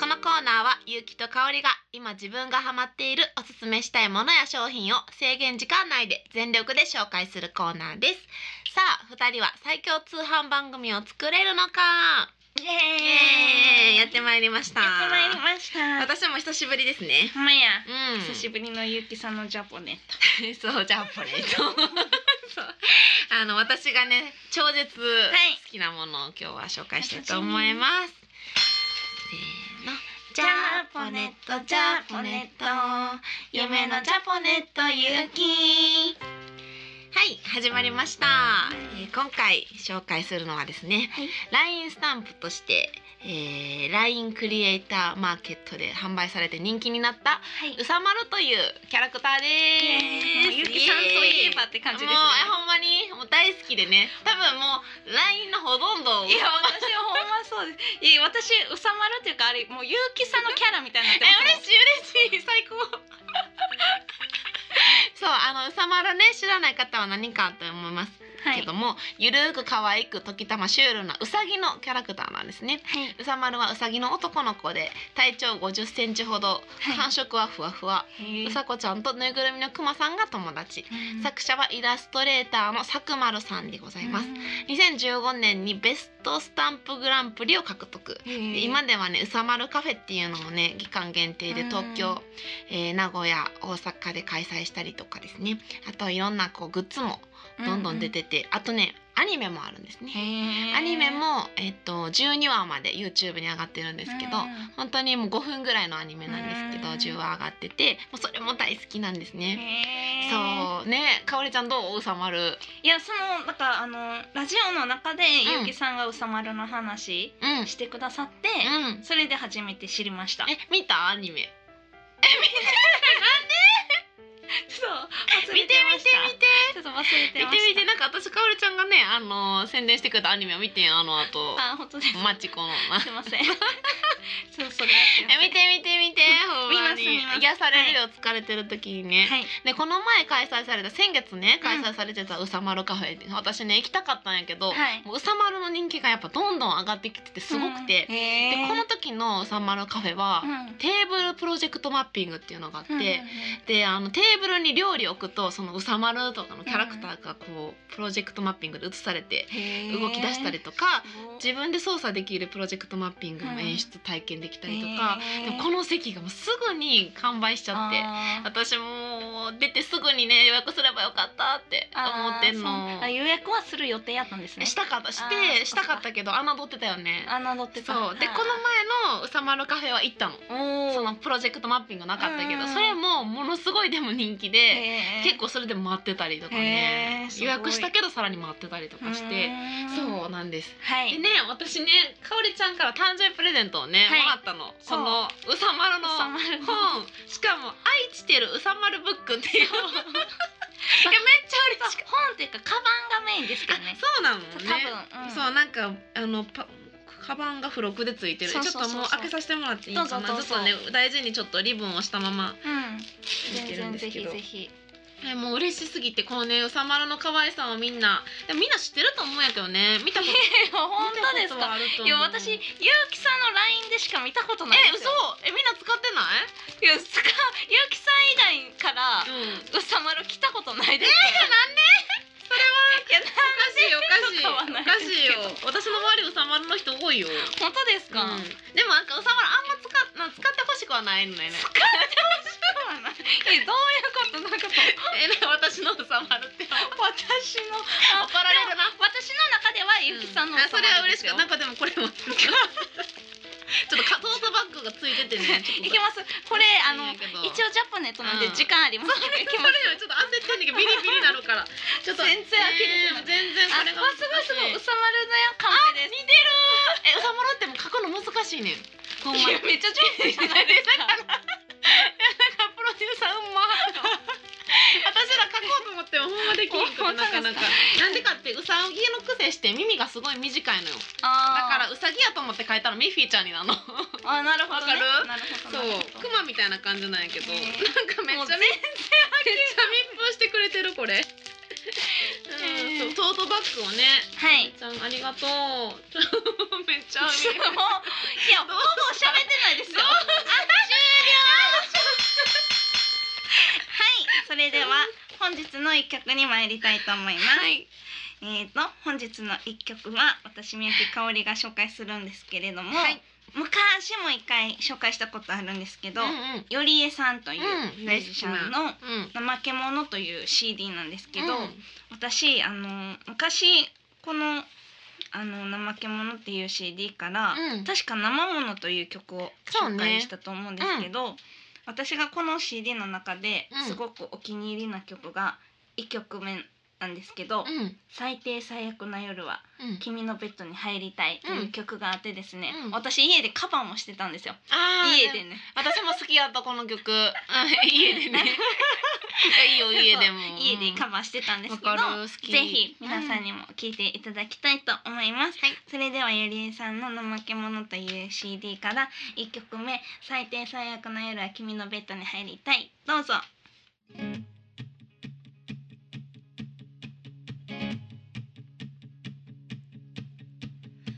Speaker 2: このコーナーは、ゆうきとかおりが、今自分がハマっているおすすめしたいものや商品を制限時間内で全力で紹介するコーナーです。さあ、二人は最強通販番組を作れるのか。
Speaker 1: イ
Speaker 2: イエーイやってまいりました。
Speaker 1: やってまいりました
Speaker 2: 私も久しぶりですね。
Speaker 1: ほんまや、
Speaker 2: うん
Speaker 1: 久しぶりのゆうきさんのジャポネット
Speaker 2: (laughs) そうじゃあこれとそう (laughs) あの私がね超絶好
Speaker 1: い
Speaker 2: きなものを今日は紹介したいと思います、せーのジャポネットジャポネット夢のジャポネットゆうきはい始まりました、えー今回紹介するのはですね、
Speaker 1: はい
Speaker 2: LINE スタンプとして、えー、LINE クリエイターマーケットで販売されて人気になった
Speaker 1: はい
Speaker 2: 宇佐丸というキャラクターです。
Speaker 1: ゆうきさんといえばって感じですね
Speaker 2: もうえほんまにもう大好きでね。多分もう LINE のほとんどを。
Speaker 1: いや私ほんまそうですいや私うさまるっていうかあれもうゆうきさんのキャラみたいになって
Speaker 2: え
Speaker 1: ますもん
Speaker 2: 嬉しい嬉しい最高。 (laughs) そうあの宇佐丸ね知らない方は何かと思います
Speaker 1: はい
Speaker 2: けども、ゆるーく可愛く時たまシュールなうさぎのキャラクターなんですね。
Speaker 1: は
Speaker 2: うさまるはうさぎの男の子で体長50センチほど、
Speaker 1: はい
Speaker 2: 感触はふわふわ。
Speaker 1: い、
Speaker 2: うさこちゃんとぬいぐるみのくまさんが友達。作者はイラストレーターの佐久丸さんでございます。2015年にベストスタンプグランプリを獲得。で今ではねうさまるカフェっていうのもね期間限定で東
Speaker 1: うん
Speaker 2: 京、えー名古屋大阪で開催したりとかですねあといろんなこうグッズもどんどん出てて、あとねアニメもあるんですね、ア
Speaker 1: ア
Speaker 2: ニメも、えっと12話まで YouTube に上がってるんですけど、本当にもう5分ぐらいのアニメなんですけど、
Speaker 1: うん
Speaker 2: 10話上がっててもうそれも大好きなんですね、そうね、かおりちゃんどう収まる。
Speaker 1: いやそのなんかあのラジオの中で、
Speaker 2: うん
Speaker 1: ゆうきさんがうさまるの話
Speaker 2: うん、うん。
Speaker 1: してくださって、それで初めて知りました
Speaker 2: え、見たアニメ。
Speaker 1: そう忘れ
Speaker 2: 見て見
Speaker 1: て
Speaker 2: て
Speaker 1: ました
Speaker 2: 見て。
Speaker 1: ちょっと忘れて
Speaker 2: 見
Speaker 1: ま
Speaker 2: て
Speaker 1: し
Speaker 2: 見
Speaker 1: た
Speaker 2: て、なんか私かおりちゃんがね、あの宣伝してくれたアニメを見てん、あの後。
Speaker 1: あ本当です
Speaker 2: マチ (laughs) コの。
Speaker 1: すいませんそうそれ
Speaker 2: え、見て見て見て、ほんまに
Speaker 1: 見ます見ます
Speaker 2: 癒されるよ、疲れてる時にね。
Speaker 1: はい
Speaker 2: でこの前開催された先月ね開催されてたうさまるカフェ、私ね行きたかったんやけど、
Speaker 1: はい
Speaker 2: もううさまるの人気がやっぱどんどん上がってきててすごくて、
Speaker 1: うん
Speaker 2: で
Speaker 1: へー
Speaker 2: この時のうさまるカフェは、
Speaker 1: うん
Speaker 2: テーブルプロジェクトマッピングっていうのがあって、
Speaker 1: うんうんうん
Speaker 2: であのテーブルに料理を置くとそのうさまるとかのキャラクターがこう、プロジェクトマッピングで映されて
Speaker 1: へー
Speaker 2: 動き出したりとか、
Speaker 1: すごい
Speaker 2: 自分で操作できるプロジェクトマッピングの演出体験できたりとか、
Speaker 1: へ
Speaker 2: で
Speaker 1: ー
Speaker 2: もこの席がもうすぐに完売しちゃって。
Speaker 1: あー
Speaker 2: 私もう出てすぐにね予約すればよかったって思ってん
Speaker 1: あーそうあ
Speaker 2: の
Speaker 1: 予約はする予定やったんですね
Speaker 2: したかったし
Speaker 1: あー
Speaker 2: てしたかったけど侮ってたよね
Speaker 1: 侮ってた
Speaker 2: そうでこの前のうさまるカフェは行ったの
Speaker 1: おー
Speaker 2: そのプロジェクトマッピングなかったけど、
Speaker 1: うん
Speaker 2: それもものすごいでも人気で、
Speaker 1: へー
Speaker 2: 結構それで待ってたりとかね
Speaker 1: へーすごい
Speaker 2: 予約したけどさらに待ってたりとかして、
Speaker 1: ーん
Speaker 2: そうなんです。
Speaker 1: は
Speaker 2: で
Speaker 1: い
Speaker 2: ね私ねかおりちゃんから誕生日プレゼントをね、
Speaker 1: はい
Speaker 2: もらったのこのうさまるの
Speaker 1: 収まる
Speaker 2: 本しかも「愛してるうさまるブック」っていういやめっちゃ嬉しかっ
Speaker 1: 本っていうかカバンがメインですけ
Speaker 2: た、
Speaker 1: どね
Speaker 2: (laughs) そうなのね
Speaker 1: 多分、うん、
Speaker 2: そうなんかあのパカバンが付録で付いてる
Speaker 1: そうそうそうそう
Speaker 2: ちょっともう開けさせてもらっていいかな
Speaker 1: どうぞどうぞ
Speaker 2: ちょっとね大事にちょっとリボンをしたまま
Speaker 1: うん
Speaker 2: 見てるん
Speaker 1: 全然ぜ
Speaker 2: ですけ
Speaker 1: ひ (laughs)
Speaker 2: ど
Speaker 1: ぜひ
Speaker 2: えもう嬉しすぎてこのねうさまるの可愛さをみんなでもみんな知ってると思うんやけどね見たこと
Speaker 1: え本当ですかいや私ゆう
Speaker 2: え
Speaker 1: きさんの LINE でしか見たことないんです
Speaker 2: 嘘
Speaker 1: よ
Speaker 2: えみんな使ってない
Speaker 1: いやつかゆうきさん以外から
Speaker 2: うん
Speaker 1: うさまる来たことないですえなんで
Speaker 2: おかしいおかしい
Speaker 1: 買わない
Speaker 2: おかしいよ私の周りうさまるの人多いよ
Speaker 1: それ (laughs) は本当ですか、
Speaker 2: うんでもなんかうさまるあんま使っなんか使ってほしくはないのよね
Speaker 1: えどういうことどういうこと
Speaker 2: (laughs) えなんか私のうさまるって怒
Speaker 1: 私のあ
Speaker 2: られるな
Speaker 1: 私の中ではゆうきさんの
Speaker 2: あそれは嬉し
Speaker 1: い
Speaker 2: くなんかでもこれも (laughs) ちょっとカトートバッグがつ (laughs) いててねちょっと
Speaker 1: いきますこれあの
Speaker 2: 一
Speaker 1: 一応ジャパネットなんで
Speaker 2: うん
Speaker 1: 時間あります
Speaker 2: (laughs)
Speaker 1: けどいき
Speaker 2: こ
Speaker 1: ます
Speaker 2: れよちょっと焦ってんねんけどビリビリなるからちょっと
Speaker 1: 全然開けれてない
Speaker 2: えー全然
Speaker 1: あ
Speaker 2: これが難
Speaker 1: すごいすごい
Speaker 2: しいう
Speaker 1: さまるのやカンペです似てる
Speaker 2: えうさまるっても書くの難しいねんほんまに
Speaker 1: めっちゃ上手じゃないですか
Speaker 2: なんかプロデューサーうま私ら書こうと思ってもほんまできんくてなかなかなんでかってうさぎの癖して耳がすごい短いのよだ
Speaker 1: あ
Speaker 2: からうさぎやと思って書いたらミッフィーちゃんになるのそ
Speaker 1: あなるほどね
Speaker 2: わかる
Speaker 1: なるほどなる
Speaker 2: う
Speaker 1: ほど
Speaker 2: クマみたいな感じなんやけど
Speaker 1: へ
Speaker 2: なん
Speaker 1: ー
Speaker 2: かめっち
Speaker 1: も
Speaker 2: ゃ
Speaker 1: う
Speaker 2: めっちゃ密封してくれてるこれ
Speaker 1: へー
Speaker 2: うんそうトートバッグをね
Speaker 1: はい
Speaker 2: ちゃんありが (laughs) とう。めっちゃ
Speaker 1: もう
Speaker 2: 嬉し
Speaker 1: い
Speaker 2: い。
Speaker 1: やほぼ喋ってないです (laughs) よ。
Speaker 2: どう
Speaker 1: あ終了。はい、それでは本日の一曲に参りたいと思います。
Speaker 2: い。
Speaker 1: えっ、と本日の一曲は私みゆきかおりが紹介するんですけれども、
Speaker 2: はい
Speaker 1: 昔も一回紹介したことあるんですけど、
Speaker 2: うん
Speaker 1: よりえさんという
Speaker 2: うん
Speaker 1: ミュージシャンの
Speaker 2: うん。うん。
Speaker 1: 「怠け者」という CD なんですけど、
Speaker 2: うん
Speaker 1: 私あの昔この「あの怠け者」っていう CD から、
Speaker 2: うん
Speaker 1: 確か「生もの」という曲を
Speaker 2: そう
Speaker 1: 紹
Speaker 2: ね
Speaker 1: 介したと思うんですけど、私がこの CD の中で
Speaker 2: うん
Speaker 1: すごくお気に入りな曲が1曲目なんですけど「
Speaker 2: うん。
Speaker 1: 最低最悪な夜は
Speaker 2: うん。
Speaker 1: 君のベッドに入りたい」という曲があってですね、
Speaker 2: うん
Speaker 1: 私家でカバーもしてたんですよ
Speaker 2: ああ。
Speaker 1: 家で。ね。
Speaker 2: 私も好きやったこの曲。うん家でね。 (laughs) いやいいよ家でも
Speaker 1: そ。う家でカ
Speaker 2: バ
Speaker 1: バーしてたんですけど、
Speaker 2: わかる好き。
Speaker 1: ぜひ皆さんにも聞いていただきたいと思います、
Speaker 2: はい
Speaker 1: それではゆりえさんの「怠け者」という CD から1曲目「最低最悪の夜は君のベッドに入りたい」どうぞ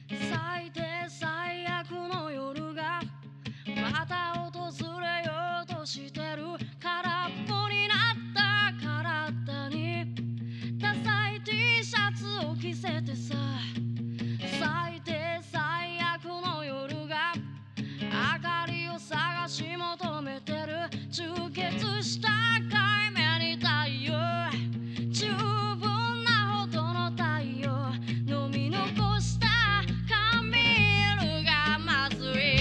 Speaker 3: 最低最悪の夜がまた訪れようとしてる空っぽになった体にダサい T シャツを着せてさ最低最悪の夜が明かりを探し求めてる充血した海面に太陽十分なほどの太陽飲み残したカミールがまずい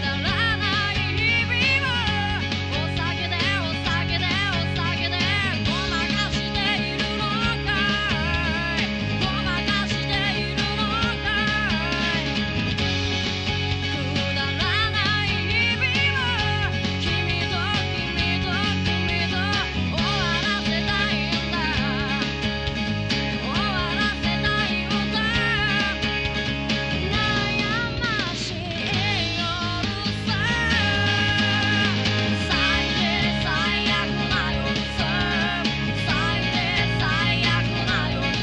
Speaker 3: くだらない日々をお酒でお酒でお酒でごまかしているのかいごまかしているのかい「くだらない日々を君と君と君と君と終わらせたいんだ」「終わらせたいんだ」「悩ましい夜さ」「最低最悪な夜さ」「最低最悪な夜さ」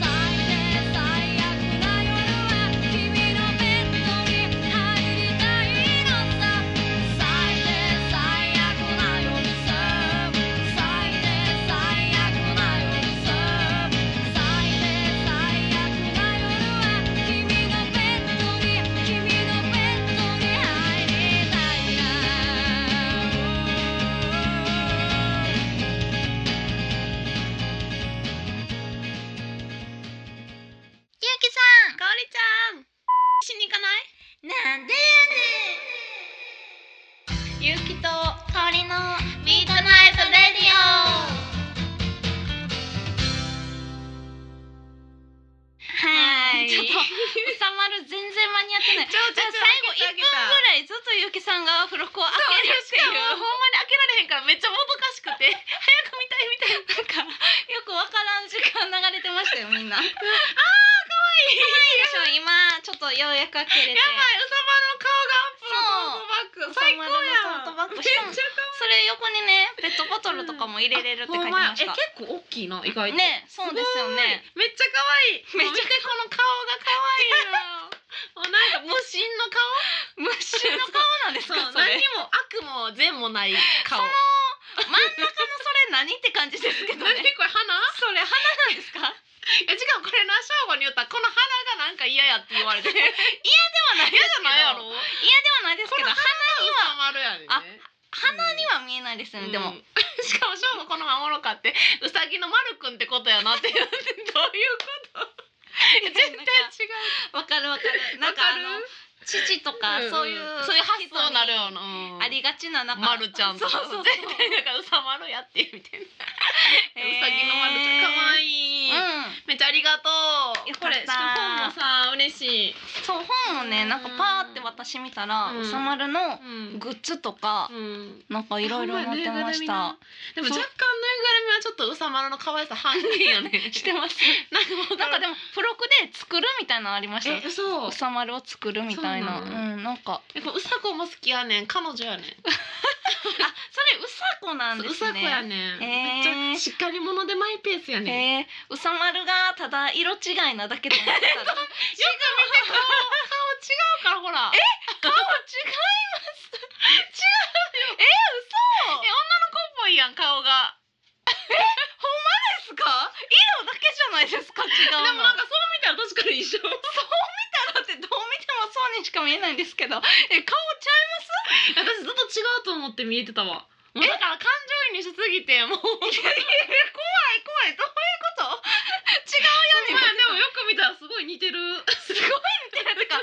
Speaker 3: 最低最悪な夜は君のベッドに入りたいのさ最低最悪な夜さ最低最悪な夜さ最低最悪な夜は君のベッドに君のベッドに入りたいな
Speaker 1: ゆうきさんかおりちゃん
Speaker 2: しに行かない。
Speaker 1: なんでやねんゆうきとかおりの
Speaker 2: ミートナイトレディ
Speaker 1: はい
Speaker 2: は
Speaker 1: (laughs)
Speaker 2: い
Speaker 1: ちょっと収まる全然間に合ってない
Speaker 2: ちょち
Speaker 1: じゃ
Speaker 2: ょ
Speaker 1: あ
Speaker 2: ちょ
Speaker 1: 最後1分ぐらいずっとゆうきさんが付録を開けるって
Speaker 2: しか
Speaker 1: いう
Speaker 2: もほんまに開けられへんからめっちゃもどかしく (laughs) て早く見たいみたいな
Speaker 1: なんかよくわからん時間流れてましたよみんな。あー可愛いい。可愛いでしょ今ちょっとようやく開けれて。
Speaker 2: やばい、うさまの顔がアップのトートバッグ。最高や
Speaker 1: トー
Speaker 2: ん
Speaker 1: トバッグしかも
Speaker 2: めっ
Speaker 1: そ
Speaker 2: ちゃ
Speaker 1: れ横にねペットボトルとかも入れれるって書いてました
Speaker 2: ほんまやえ結構大きいな意外と
Speaker 1: ねそうですよね
Speaker 2: めっちゃ可愛い
Speaker 1: めっちゃ
Speaker 2: もう見てこの顔が可 (laughs) 愛いなもうなんか無心の顔
Speaker 1: 無臭の顔なんです
Speaker 2: そ
Speaker 1: か
Speaker 2: う
Speaker 1: そ
Speaker 2: 何
Speaker 1: れ
Speaker 2: も悪も善もない顔
Speaker 1: その真ん中のそれ何って感じですけど
Speaker 2: (laughs) 何
Speaker 1: ね
Speaker 2: これ花
Speaker 1: それ花なんですか
Speaker 2: えしかもこれな正吾に言ったらこの花がなんか嫌やって言われて (laughs) 嫌じ
Speaker 1: ではないです
Speaker 2: ゃ
Speaker 1: け
Speaker 2: ないや
Speaker 1: ど
Speaker 2: ろ
Speaker 1: 嫌ではないですけど
Speaker 2: この
Speaker 1: 鼻
Speaker 2: 収まるやね
Speaker 1: あ鼻には見えないですよね、でも
Speaker 2: (laughs) うんしかも正吾このままおもろかってうさぎのまるくんってことやなって言うてどういうこと絶対違
Speaker 1: なんか
Speaker 2: う
Speaker 1: わかる
Speaker 2: (laughs)
Speaker 1: わかるなんかあの父とかそういう、
Speaker 2: そういう発想になるよな、
Speaker 1: ありがちな中
Speaker 2: まるちゃん
Speaker 1: そ
Speaker 2: と
Speaker 1: う
Speaker 2: か (laughs)
Speaker 1: そうそう
Speaker 2: 絶対なんかうさまるやってみたいな、うさぎのまるちゃん可愛いい、
Speaker 1: うん
Speaker 2: めっちゃありがとう
Speaker 1: よかった
Speaker 2: これしかも本もさ嬉しい、
Speaker 1: そう本をねなんかパーって私見たら、
Speaker 2: うん
Speaker 1: うさまるの
Speaker 2: うん
Speaker 1: グッズとか、
Speaker 2: うん
Speaker 1: なんかいろいろ載ってました。
Speaker 2: でも
Speaker 1: そう
Speaker 2: 若干ぬいぐるみはちょっとうさまるの可愛さ半減よ
Speaker 1: (laughs)
Speaker 2: ね
Speaker 1: してます。
Speaker 2: なんかもう
Speaker 1: なんかでも付録で作るみたいなのありましたよ
Speaker 2: え。そう
Speaker 1: うさまるを作るみたいな。
Speaker 2: そううなん
Speaker 1: なんか
Speaker 2: やっぱうさこも好きやねん彼女やねん
Speaker 1: あそれうさこなんで
Speaker 2: う
Speaker 1: す
Speaker 2: さこや
Speaker 1: ね。
Speaker 2: ね
Speaker 1: えー
Speaker 2: ん、めっちゃしっかり者でマイペースやねん、
Speaker 1: えー、うさまるがただ色違いなだけで思ってたら
Speaker 2: 顔違うからほらえ
Speaker 1: (laughs) 顔違います違うよえー、嘘
Speaker 2: えっぽいやん顔が
Speaker 1: ですか色だけじゃないですか違
Speaker 2: で
Speaker 1: うの
Speaker 2: もなんかそう見たら確かに一緒 (laughs)
Speaker 1: だってどう見てもそうにしか見えないんですけどえ顔ちゃいます
Speaker 2: 私ずっと違うと思って見えてたわもうだから感情移入しすぎても
Speaker 1: いやい
Speaker 2: う
Speaker 1: や怖い怖いどういうこと違うよね
Speaker 2: まあでもよく見たらすごい似てる
Speaker 1: すごいみたいなてか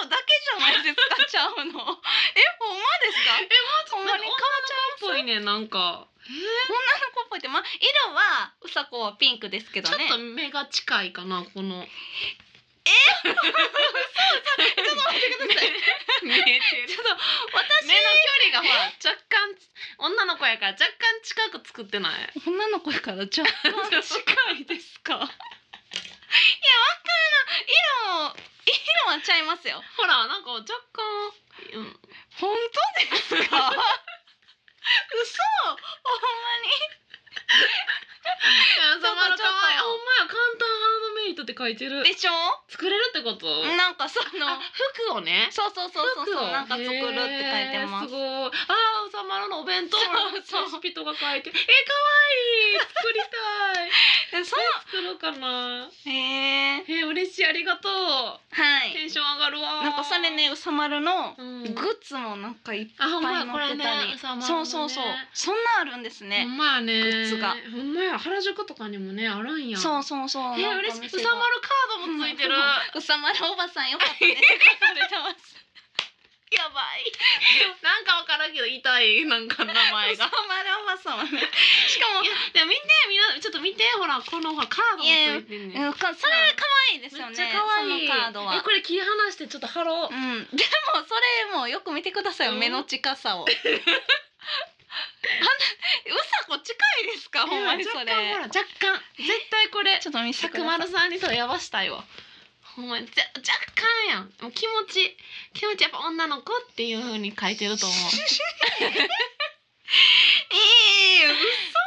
Speaker 1: 色だけじゃないですかちゃうのえほんまですかえほんまに顔
Speaker 2: っぽいねなんか、
Speaker 1: 女の子っぽいってまあ色はうさこはピンクですけど
Speaker 2: ちょっ
Speaker 1: ね
Speaker 2: と目が近いかなこの
Speaker 1: ちょっと待ってください
Speaker 2: 見えて
Speaker 1: ちょ
Speaker 2: る
Speaker 1: っと私
Speaker 2: 目の距離がほら若干女の子やから若干近く作ってない
Speaker 1: 女の子やから (laughs) 若干近いですかいやわからん色色はちゃいますよ
Speaker 2: ほらなんか若干、うん、
Speaker 1: 本当ですか嘘ほんまにちょっとちょっと
Speaker 2: いやその可愛いほんまや簡単ハンドメイドって書いてる
Speaker 1: でしょ
Speaker 2: 作れるってこと
Speaker 1: なんかその
Speaker 2: あ服をね
Speaker 1: そうそうそうそう
Speaker 2: 服
Speaker 1: そ
Speaker 2: を
Speaker 1: うなんか作るって書いてま
Speaker 2: へー
Speaker 1: す
Speaker 2: すごいあーおさまらのお弁当
Speaker 1: そうそう
Speaker 2: レシピとか書い
Speaker 1: (laughs)
Speaker 2: てえ可愛い作りたい
Speaker 1: えそ
Speaker 2: 作ろうかな
Speaker 1: うへえ
Speaker 2: えー、嬉しいありがとう
Speaker 1: はい
Speaker 2: テンション上がるわ
Speaker 1: なんかそれねうさまるの
Speaker 2: うん
Speaker 1: グッズもなんかいっぱい
Speaker 2: あほんまやこ
Speaker 1: 載
Speaker 2: れ
Speaker 1: って
Speaker 2: ね
Speaker 1: たり、
Speaker 2: うさまらのね
Speaker 1: そうそうそうそんなあるんです
Speaker 2: ほ
Speaker 1: ね、
Speaker 2: んまやね
Speaker 1: グッズが
Speaker 2: ほんまや原宿とかにもねあるんや
Speaker 1: そうそうそう
Speaker 2: え
Speaker 1: なん
Speaker 2: ー、
Speaker 1: か
Speaker 2: 嬉しい
Speaker 1: 店
Speaker 2: う
Speaker 1: が
Speaker 2: さまるカードもつい
Speaker 1: (laughs)
Speaker 2: てる
Speaker 1: うさまるおばさんよかったねって書かれてます
Speaker 2: (laughs) やばいなんかわからんけど痛いなんか名前
Speaker 1: う
Speaker 2: (laughs)
Speaker 1: さ
Speaker 2: が
Speaker 1: まるおばさんは
Speaker 2: (laughs)
Speaker 1: ねしかも
Speaker 2: でも見てみんなちょっと見てほらこのほらカードもついてんねん
Speaker 1: うんかそれ可愛いですよね
Speaker 2: めっちゃ可愛い
Speaker 1: そのカードは
Speaker 2: えこれ切り離してちょっと貼ろう、
Speaker 1: うん、でもそれもよく見てくださいよ、
Speaker 2: うん
Speaker 1: 目の近さ (laughs) を。あんなうさこ近いですかほんまにそ
Speaker 2: いや若干ほ
Speaker 1: れ。
Speaker 2: ら若干絶対これ
Speaker 1: ちょっと見せ
Speaker 2: さ
Speaker 1: てく
Speaker 2: く
Speaker 1: ださ
Speaker 2: ま
Speaker 1: い。
Speaker 2: るさんにそれやばしたいわほんまにぜ若干やんもう気持ち気持ちやっぱ女の子っていう風に書いてると思う
Speaker 1: ええ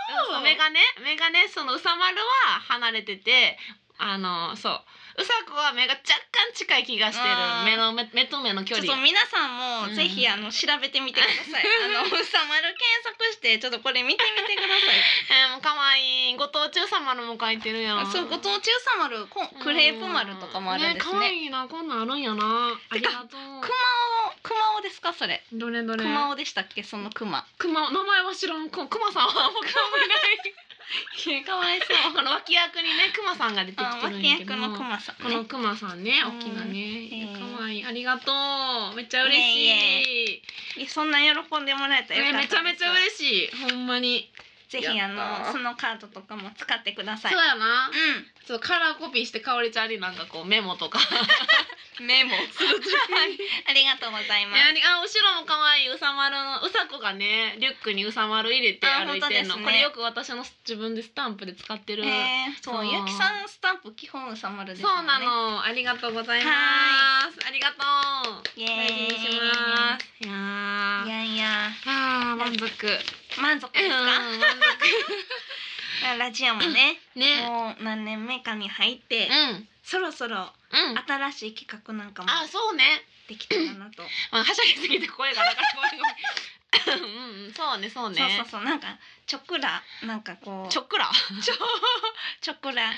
Speaker 2: そうそうメガネメガネそのうさまるは離れててあのそううさこは目が若干近い気がしてる
Speaker 1: あー
Speaker 2: 目の目目と目の距
Speaker 1: ちょっ
Speaker 2: 離
Speaker 1: と皆さんも
Speaker 2: うん
Speaker 1: ぜひあの調べてみてくださ (laughs) い。あのうさまる検索してちょっとこれ見てみてくだ
Speaker 2: えー、もう可愛いご当地うさまるも書いてるやん
Speaker 1: さい。 (laughs) そうご当地うさまるこクレープ丸とかもあるんです
Speaker 2: う可
Speaker 1: ね。
Speaker 2: 愛いなこんなんあるんやなあり
Speaker 1: てか
Speaker 2: がと
Speaker 1: 熊尾熊尾ですかそれ？
Speaker 2: うどれどれ
Speaker 1: 熊尾でしたっけその熊。
Speaker 2: 熊名前は知らんこ熊さんはもう顔がない
Speaker 1: かわいそう。 (laughs)
Speaker 2: この脇役にね熊さんが出てきて
Speaker 1: あ
Speaker 2: る
Speaker 1: 脇
Speaker 2: んやけ
Speaker 1: 役
Speaker 2: ど
Speaker 1: の熊さん
Speaker 2: こ
Speaker 1: ね。
Speaker 2: の熊さんね
Speaker 1: う
Speaker 2: 大
Speaker 1: ん
Speaker 2: きなねいや
Speaker 1: えー
Speaker 2: 可愛いありがとうめっちゃ嬉しい
Speaker 1: いえいやそんな喜んでもらえたらよ
Speaker 2: ね
Speaker 1: かっ
Speaker 2: めちゃ
Speaker 1: た
Speaker 2: め
Speaker 1: で
Speaker 2: ち
Speaker 1: す
Speaker 2: ゃ嬉しいほんまに
Speaker 1: ぜひあ
Speaker 2: やった
Speaker 1: のそのカードとかも使ってくださ
Speaker 2: そう
Speaker 1: い
Speaker 2: やな
Speaker 1: う
Speaker 2: そうカラーコピーしてかおりちゃんになんかこうメモとか
Speaker 1: んメ
Speaker 2: (laughs)
Speaker 1: モありがとうござい
Speaker 2: え
Speaker 1: ます
Speaker 2: ありあ後ろも可愛いうさまるのうさこがねリュックにうさまる入れて
Speaker 1: あ
Speaker 2: 歩いてんの、
Speaker 1: 本当ですね
Speaker 2: これよく私の自分でスタンプで使ってる、
Speaker 1: えー、
Speaker 2: そ
Speaker 1: そううゆきさんスタンプ基本収まるです
Speaker 2: そ
Speaker 1: よね
Speaker 2: うなのありがとうございますありがとう
Speaker 1: イエ
Speaker 2: 大事にし
Speaker 1: ーイ
Speaker 2: ますいやー
Speaker 1: い
Speaker 2: 満足
Speaker 1: 満足ですか、
Speaker 2: 満
Speaker 1: ラジオもね
Speaker 2: 足ね
Speaker 1: もう何年目かに入って、
Speaker 2: うん
Speaker 1: そろそろ
Speaker 2: うん
Speaker 1: 新しい企画なんかも
Speaker 2: あそうね
Speaker 1: できたらなと、
Speaker 2: まあはしゃぎすぎて声がなんかごめんごめんうんうんそうねそうね
Speaker 1: そうそうそうなんかチョクラなんかこう
Speaker 2: ちょっくら
Speaker 1: チョチョクラい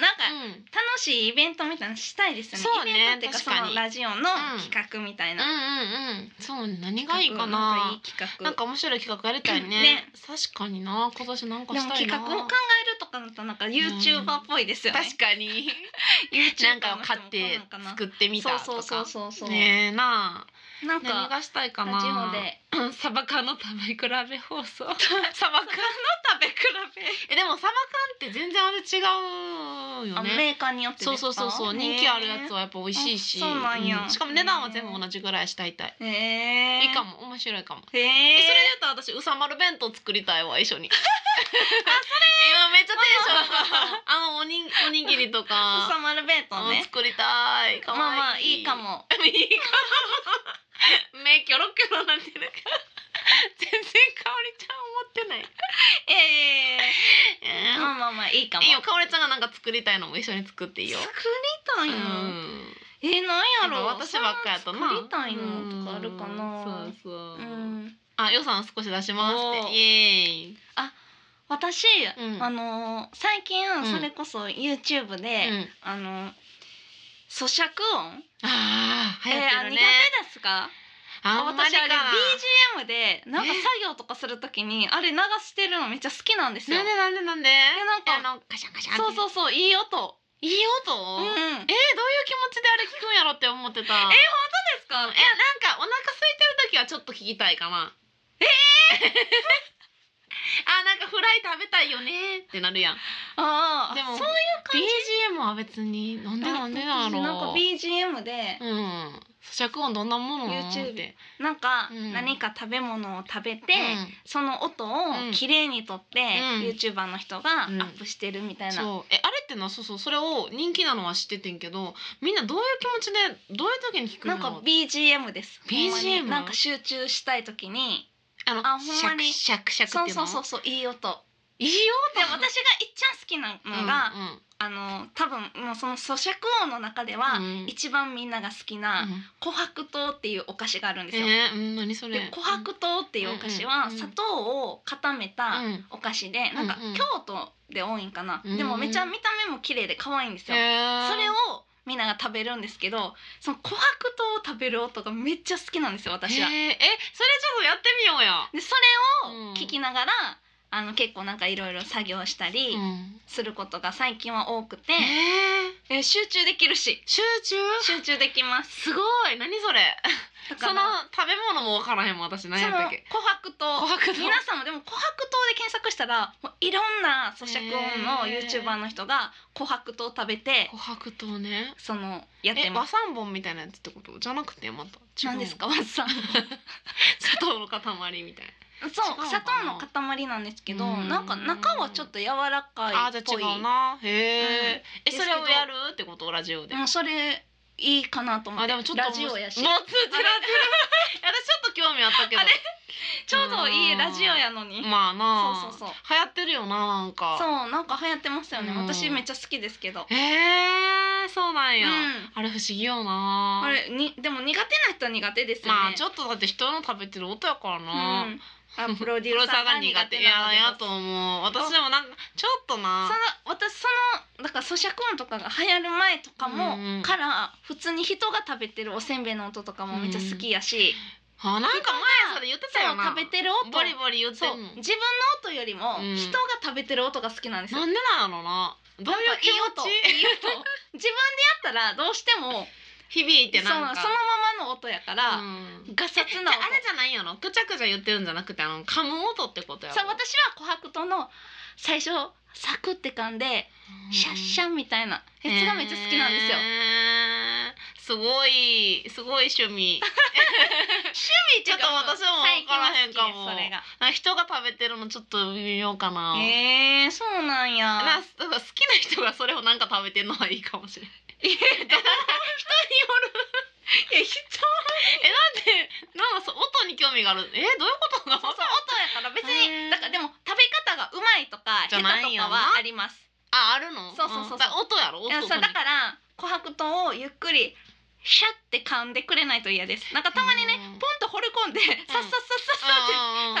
Speaker 1: なんか、
Speaker 2: うん
Speaker 1: 楽しいイベントみたいなのしたいですよね
Speaker 2: そうね
Speaker 1: イベントっていうか
Speaker 2: 確かに
Speaker 1: そのラジオの企画みたい
Speaker 2: うん
Speaker 1: な、
Speaker 2: うんうんそう何が
Speaker 1: 企
Speaker 2: いい
Speaker 1: 画
Speaker 2: か
Speaker 1: なんかい
Speaker 2: ない
Speaker 1: 企画
Speaker 2: なんか面白い企画やりたいね
Speaker 1: ね
Speaker 2: 確かにな今年なんか
Speaker 1: でも
Speaker 2: したい
Speaker 1: 企
Speaker 2: な
Speaker 1: 画を考えるとかだとなんか YouTuber っぽいですよね、
Speaker 2: 確
Speaker 1: (laughs)
Speaker 2: かになんかを買って作ってみたとか
Speaker 1: そうそうそうそう、
Speaker 2: ねえなあ
Speaker 1: なん
Speaker 2: 何
Speaker 1: か
Speaker 2: がしたいか
Speaker 1: ラ
Speaker 2: な
Speaker 1: ジオで
Speaker 2: うん砂漠の食べ比べ放
Speaker 1: (laughs)
Speaker 2: 送砂漠
Speaker 1: 食べ比
Speaker 2: (laughs) えでも砂漠って全然あれ違う
Speaker 1: べ、あ
Speaker 2: よね
Speaker 1: メーカーによってです
Speaker 2: そ
Speaker 1: か
Speaker 2: うそうそうそう人気あるやつはやっぱ美味しいし、
Speaker 1: あそうなんや
Speaker 2: うしかも値段は全部同じぐらいしたいたい、
Speaker 1: へえ
Speaker 2: いいかも面白いかも、
Speaker 1: へ
Speaker 2: え
Speaker 1: え
Speaker 2: それで言うと私うさまる弁当作りたいわ一緒にあそれ今めっちゃテンション上がったあのおにおにぎりと
Speaker 1: お
Speaker 2: か
Speaker 1: さまる弁当
Speaker 2: うん
Speaker 1: ね
Speaker 2: 作りたいかわいい
Speaker 1: まあまあいいかも
Speaker 2: いいかも (laughs) 目キョロキョロなってるから全然かおりちゃん思ってない、
Speaker 1: え (laughs) え
Speaker 2: え
Speaker 1: まあまあまあいいかも
Speaker 2: いいよかおりちゃんがなんか作りたいのも一緒に作っていいよ
Speaker 1: 作りたいの、
Speaker 2: うん
Speaker 1: えー、なんやろ
Speaker 2: なんか私ばっかやとな
Speaker 1: 作りたいのとかあるかな
Speaker 2: うんそうそう、
Speaker 1: うん
Speaker 2: あ予算少し出します
Speaker 1: お
Speaker 2: っ
Speaker 1: ー
Speaker 2: てイエーイ、
Speaker 1: 私、
Speaker 2: うん
Speaker 1: あのー最近
Speaker 2: ん
Speaker 1: それこそ YouTube で、
Speaker 2: うん、
Speaker 1: あのー咀嚼音、
Speaker 2: あー流行
Speaker 1: え
Speaker 2: って
Speaker 1: ー
Speaker 2: る
Speaker 1: 苦
Speaker 2: ね、
Speaker 1: 手ですか
Speaker 2: あんまり
Speaker 1: 私
Speaker 2: か
Speaker 1: あれ
Speaker 2: な
Speaker 1: BGM でなんか作業とかするときにあれ流してるのめっちゃ好きなんですよ
Speaker 2: なんでなんでなんで
Speaker 1: なんか
Speaker 2: あのカシャンカシャン
Speaker 1: そう
Speaker 2: う
Speaker 1: そうそういい音
Speaker 2: いい音、
Speaker 1: うん
Speaker 2: えー、どういう
Speaker 1: うん
Speaker 2: 気持ちであれ聞くんやろって思ってたえ
Speaker 1: ですか
Speaker 2: えなんかお腹空いてる時はちょっと聞きたいかなえ (laughs) ー、あなんかフライ食べたいよねってなるやん
Speaker 1: ああ
Speaker 2: でも
Speaker 1: そういう
Speaker 2: BGM は別になんでなんでだろう
Speaker 1: なんか BGM で
Speaker 2: うん咀嚼音どんなもの
Speaker 1: YouTube
Speaker 2: って
Speaker 1: なんか
Speaker 2: うん
Speaker 1: 何か食べ物を食べて、
Speaker 2: うん
Speaker 1: その音を綺麗にとって、
Speaker 2: うん
Speaker 1: YouTuber の人がア
Speaker 2: うん
Speaker 1: ップしてるみたいな、
Speaker 2: そうえあれってのはそうそうそれを人気なのは知っててんけどみんなどういう気持ちでどういう時に聞く
Speaker 1: な
Speaker 2: の
Speaker 1: んか BGM です
Speaker 2: BGM？
Speaker 1: ほんまになんか集中したい時に
Speaker 2: あの
Speaker 1: あほんまに
Speaker 2: シャクシャクシャ
Speaker 1: そう
Speaker 2: クっていう
Speaker 1: そ
Speaker 2: の
Speaker 1: うそうそういい音で
Speaker 2: いいよ
Speaker 1: 私がいっちゃん好きなのが、あの多分もうその咀嚼音の中では、
Speaker 2: うん
Speaker 1: 一番みんなが好きな琥珀糖っていうお菓子があるんですよ、
Speaker 2: えーうん何それ
Speaker 1: で琥珀糖っていうお菓子は、
Speaker 2: うんうん
Speaker 1: 砂糖を固めた、
Speaker 2: うん
Speaker 1: お菓子でなんか
Speaker 2: うんうん
Speaker 1: 京都で多いんかな、
Speaker 2: うん
Speaker 1: でもめちゃ見た目も綺麗で可愛いんですよ、
Speaker 2: へー
Speaker 1: それをみんなが食べるんですけどその琥珀糖を食べる音がめっちゃ好きなんですよ私は
Speaker 2: へーえそれちょっとやってみようや
Speaker 1: でそれを聞きながら、あの結構なんかいろいろ作業したり
Speaker 2: うん
Speaker 1: することが最近は多くて、
Speaker 2: えー
Speaker 1: え集中できるし
Speaker 2: 集中
Speaker 1: 集中できます
Speaker 2: (laughs) すごい何それ
Speaker 1: だから
Speaker 2: その食べ物もわからへんもん私何
Speaker 1: そ
Speaker 2: や
Speaker 1: の
Speaker 2: っ
Speaker 1: 琥
Speaker 2: たっけ
Speaker 1: 珀糖
Speaker 2: 琥珀糖
Speaker 1: 皆さんもでも琥珀糖で検索したらもういろんな咀嚼音の
Speaker 2: へー
Speaker 1: YouTuber の人が琥珀糖を食べて
Speaker 2: 琥珀糖ね
Speaker 1: そのやっ
Speaker 2: え
Speaker 1: て
Speaker 2: 和
Speaker 1: ます。
Speaker 2: 三本みたいなやつってことじゃなくてまた違う
Speaker 1: なんですかわっさん。
Speaker 2: 砂糖の塊みたい違うの
Speaker 1: そう
Speaker 2: かな
Speaker 1: 砂糖の塊なんですけど、
Speaker 2: うん
Speaker 1: なんか中はちょっと柔らかいっぽい。
Speaker 2: なあーじゃあ違う。なへえ、
Speaker 1: で
Speaker 2: え
Speaker 1: すけ
Speaker 2: そ
Speaker 1: ど
Speaker 2: れをやるってことラジオで、
Speaker 1: うんそれいいかなと思って。
Speaker 2: あでもちょっと
Speaker 1: ラジオやし。
Speaker 2: もう通じる私ちょっと興味あったけど
Speaker 1: あちょうどいいラジオやのに。
Speaker 2: まあなあ
Speaker 1: そうそうそう
Speaker 2: 流行ってるよななんか
Speaker 1: そうなんか流行ってますよね。
Speaker 2: うん
Speaker 1: 私めっちゃ好きですけど。
Speaker 2: へえそうなんや、
Speaker 1: うん
Speaker 2: あれ不思議よな
Speaker 1: あれにでも苦手な人は苦手ですよね。
Speaker 2: まあち
Speaker 1: ょっ
Speaker 2: ょっとだって人の食べてる音やからな、
Speaker 1: うん、あプロデ
Speaker 2: プ
Speaker 1: ュ
Speaker 2: ロ
Speaker 1: ー
Speaker 2: デュー
Speaker 1: サ
Speaker 2: サ
Speaker 1: ー
Speaker 2: ー
Speaker 1: が
Speaker 2: が
Speaker 1: 苦
Speaker 2: 苦
Speaker 1: 手
Speaker 2: 手
Speaker 1: ない
Speaker 2: や
Speaker 1: の
Speaker 2: や
Speaker 1: で
Speaker 2: と思う私でもなんかちょっとな
Speaker 1: その私そのだから咀嚼音とかが流行る前とかも、
Speaker 2: うんうん
Speaker 1: から普通に人が食べてるおせんべいの音とかもめっちゃ好きやし、
Speaker 2: あなんか前それ言って
Speaker 1: そ
Speaker 2: たよ
Speaker 1: う
Speaker 2: な
Speaker 1: 食べてる音
Speaker 2: ボリボリ言って
Speaker 1: そ
Speaker 2: ん
Speaker 1: う
Speaker 2: の
Speaker 1: 自分の音よりも
Speaker 2: うん
Speaker 1: 人が食べてる音が好きなんですよ。
Speaker 2: なんでなんやろなどういう気持
Speaker 1: なんかいい音
Speaker 2: ち
Speaker 1: いい音 (laughs) 自分でやったらどうしても
Speaker 2: 響いて
Speaker 1: そのその
Speaker 2: な
Speaker 1: ま
Speaker 2: んか
Speaker 1: まの音やから、
Speaker 2: うん
Speaker 1: ガサツ
Speaker 2: じゃ
Speaker 1: な
Speaker 2: あ
Speaker 1: 音。
Speaker 2: あれじゃないんやろくちゃくちゃ言ってるんじゃなくてあの噛む音ってことやろ
Speaker 1: そう私は琥珀糖の最初サクって噛んで、シャッシ
Speaker 2: ャ
Speaker 1: ャンみたいなやつがめっちゃ好きなんですよ。
Speaker 2: すごいすごい趣味
Speaker 1: っていうか
Speaker 2: ちょっと私も分からへんかも
Speaker 1: 最近は好きですそれが。
Speaker 2: なんか人が食べてるのちょっと見ようかな、
Speaker 1: えー、そうなんや。
Speaker 2: なだから好きな人がそれをなんか食べてるのはいいかもしれない
Speaker 1: いや人による。いや人
Speaker 2: えだってなマそう音に興味があるえどういうことなの
Speaker 1: そうそう音やから別
Speaker 2: へ
Speaker 1: に
Speaker 2: ー
Speaker 1: だからでも食べ方がうまいとか
Speaker 2: じ
Speaker 1: 下
Speaker 2: ゃ
Speaker 1: 手
Speaker 2: な
Speaker 1: と
Speaker 2: いんや
Speaker 1: か
Speaker 2: ろな
Speaker 1: はあります
Speaker 2: ああるの
Speaker 1: そうそうそうそうん
Speaker 2: だから音やろ
Speaker 1: い
Speaker 2: 音
Speaker 1: やそうだ
Speaker 2: ら
Speaker 1: から琥珀糖をゆっくりシャって噛んでくれないと嫌ですなんかたまにね
Speaker 2: う
Speaker 1: ポン
Speaker 2: ん
Speaker 1: と掘り込んでさっさっさっさっさ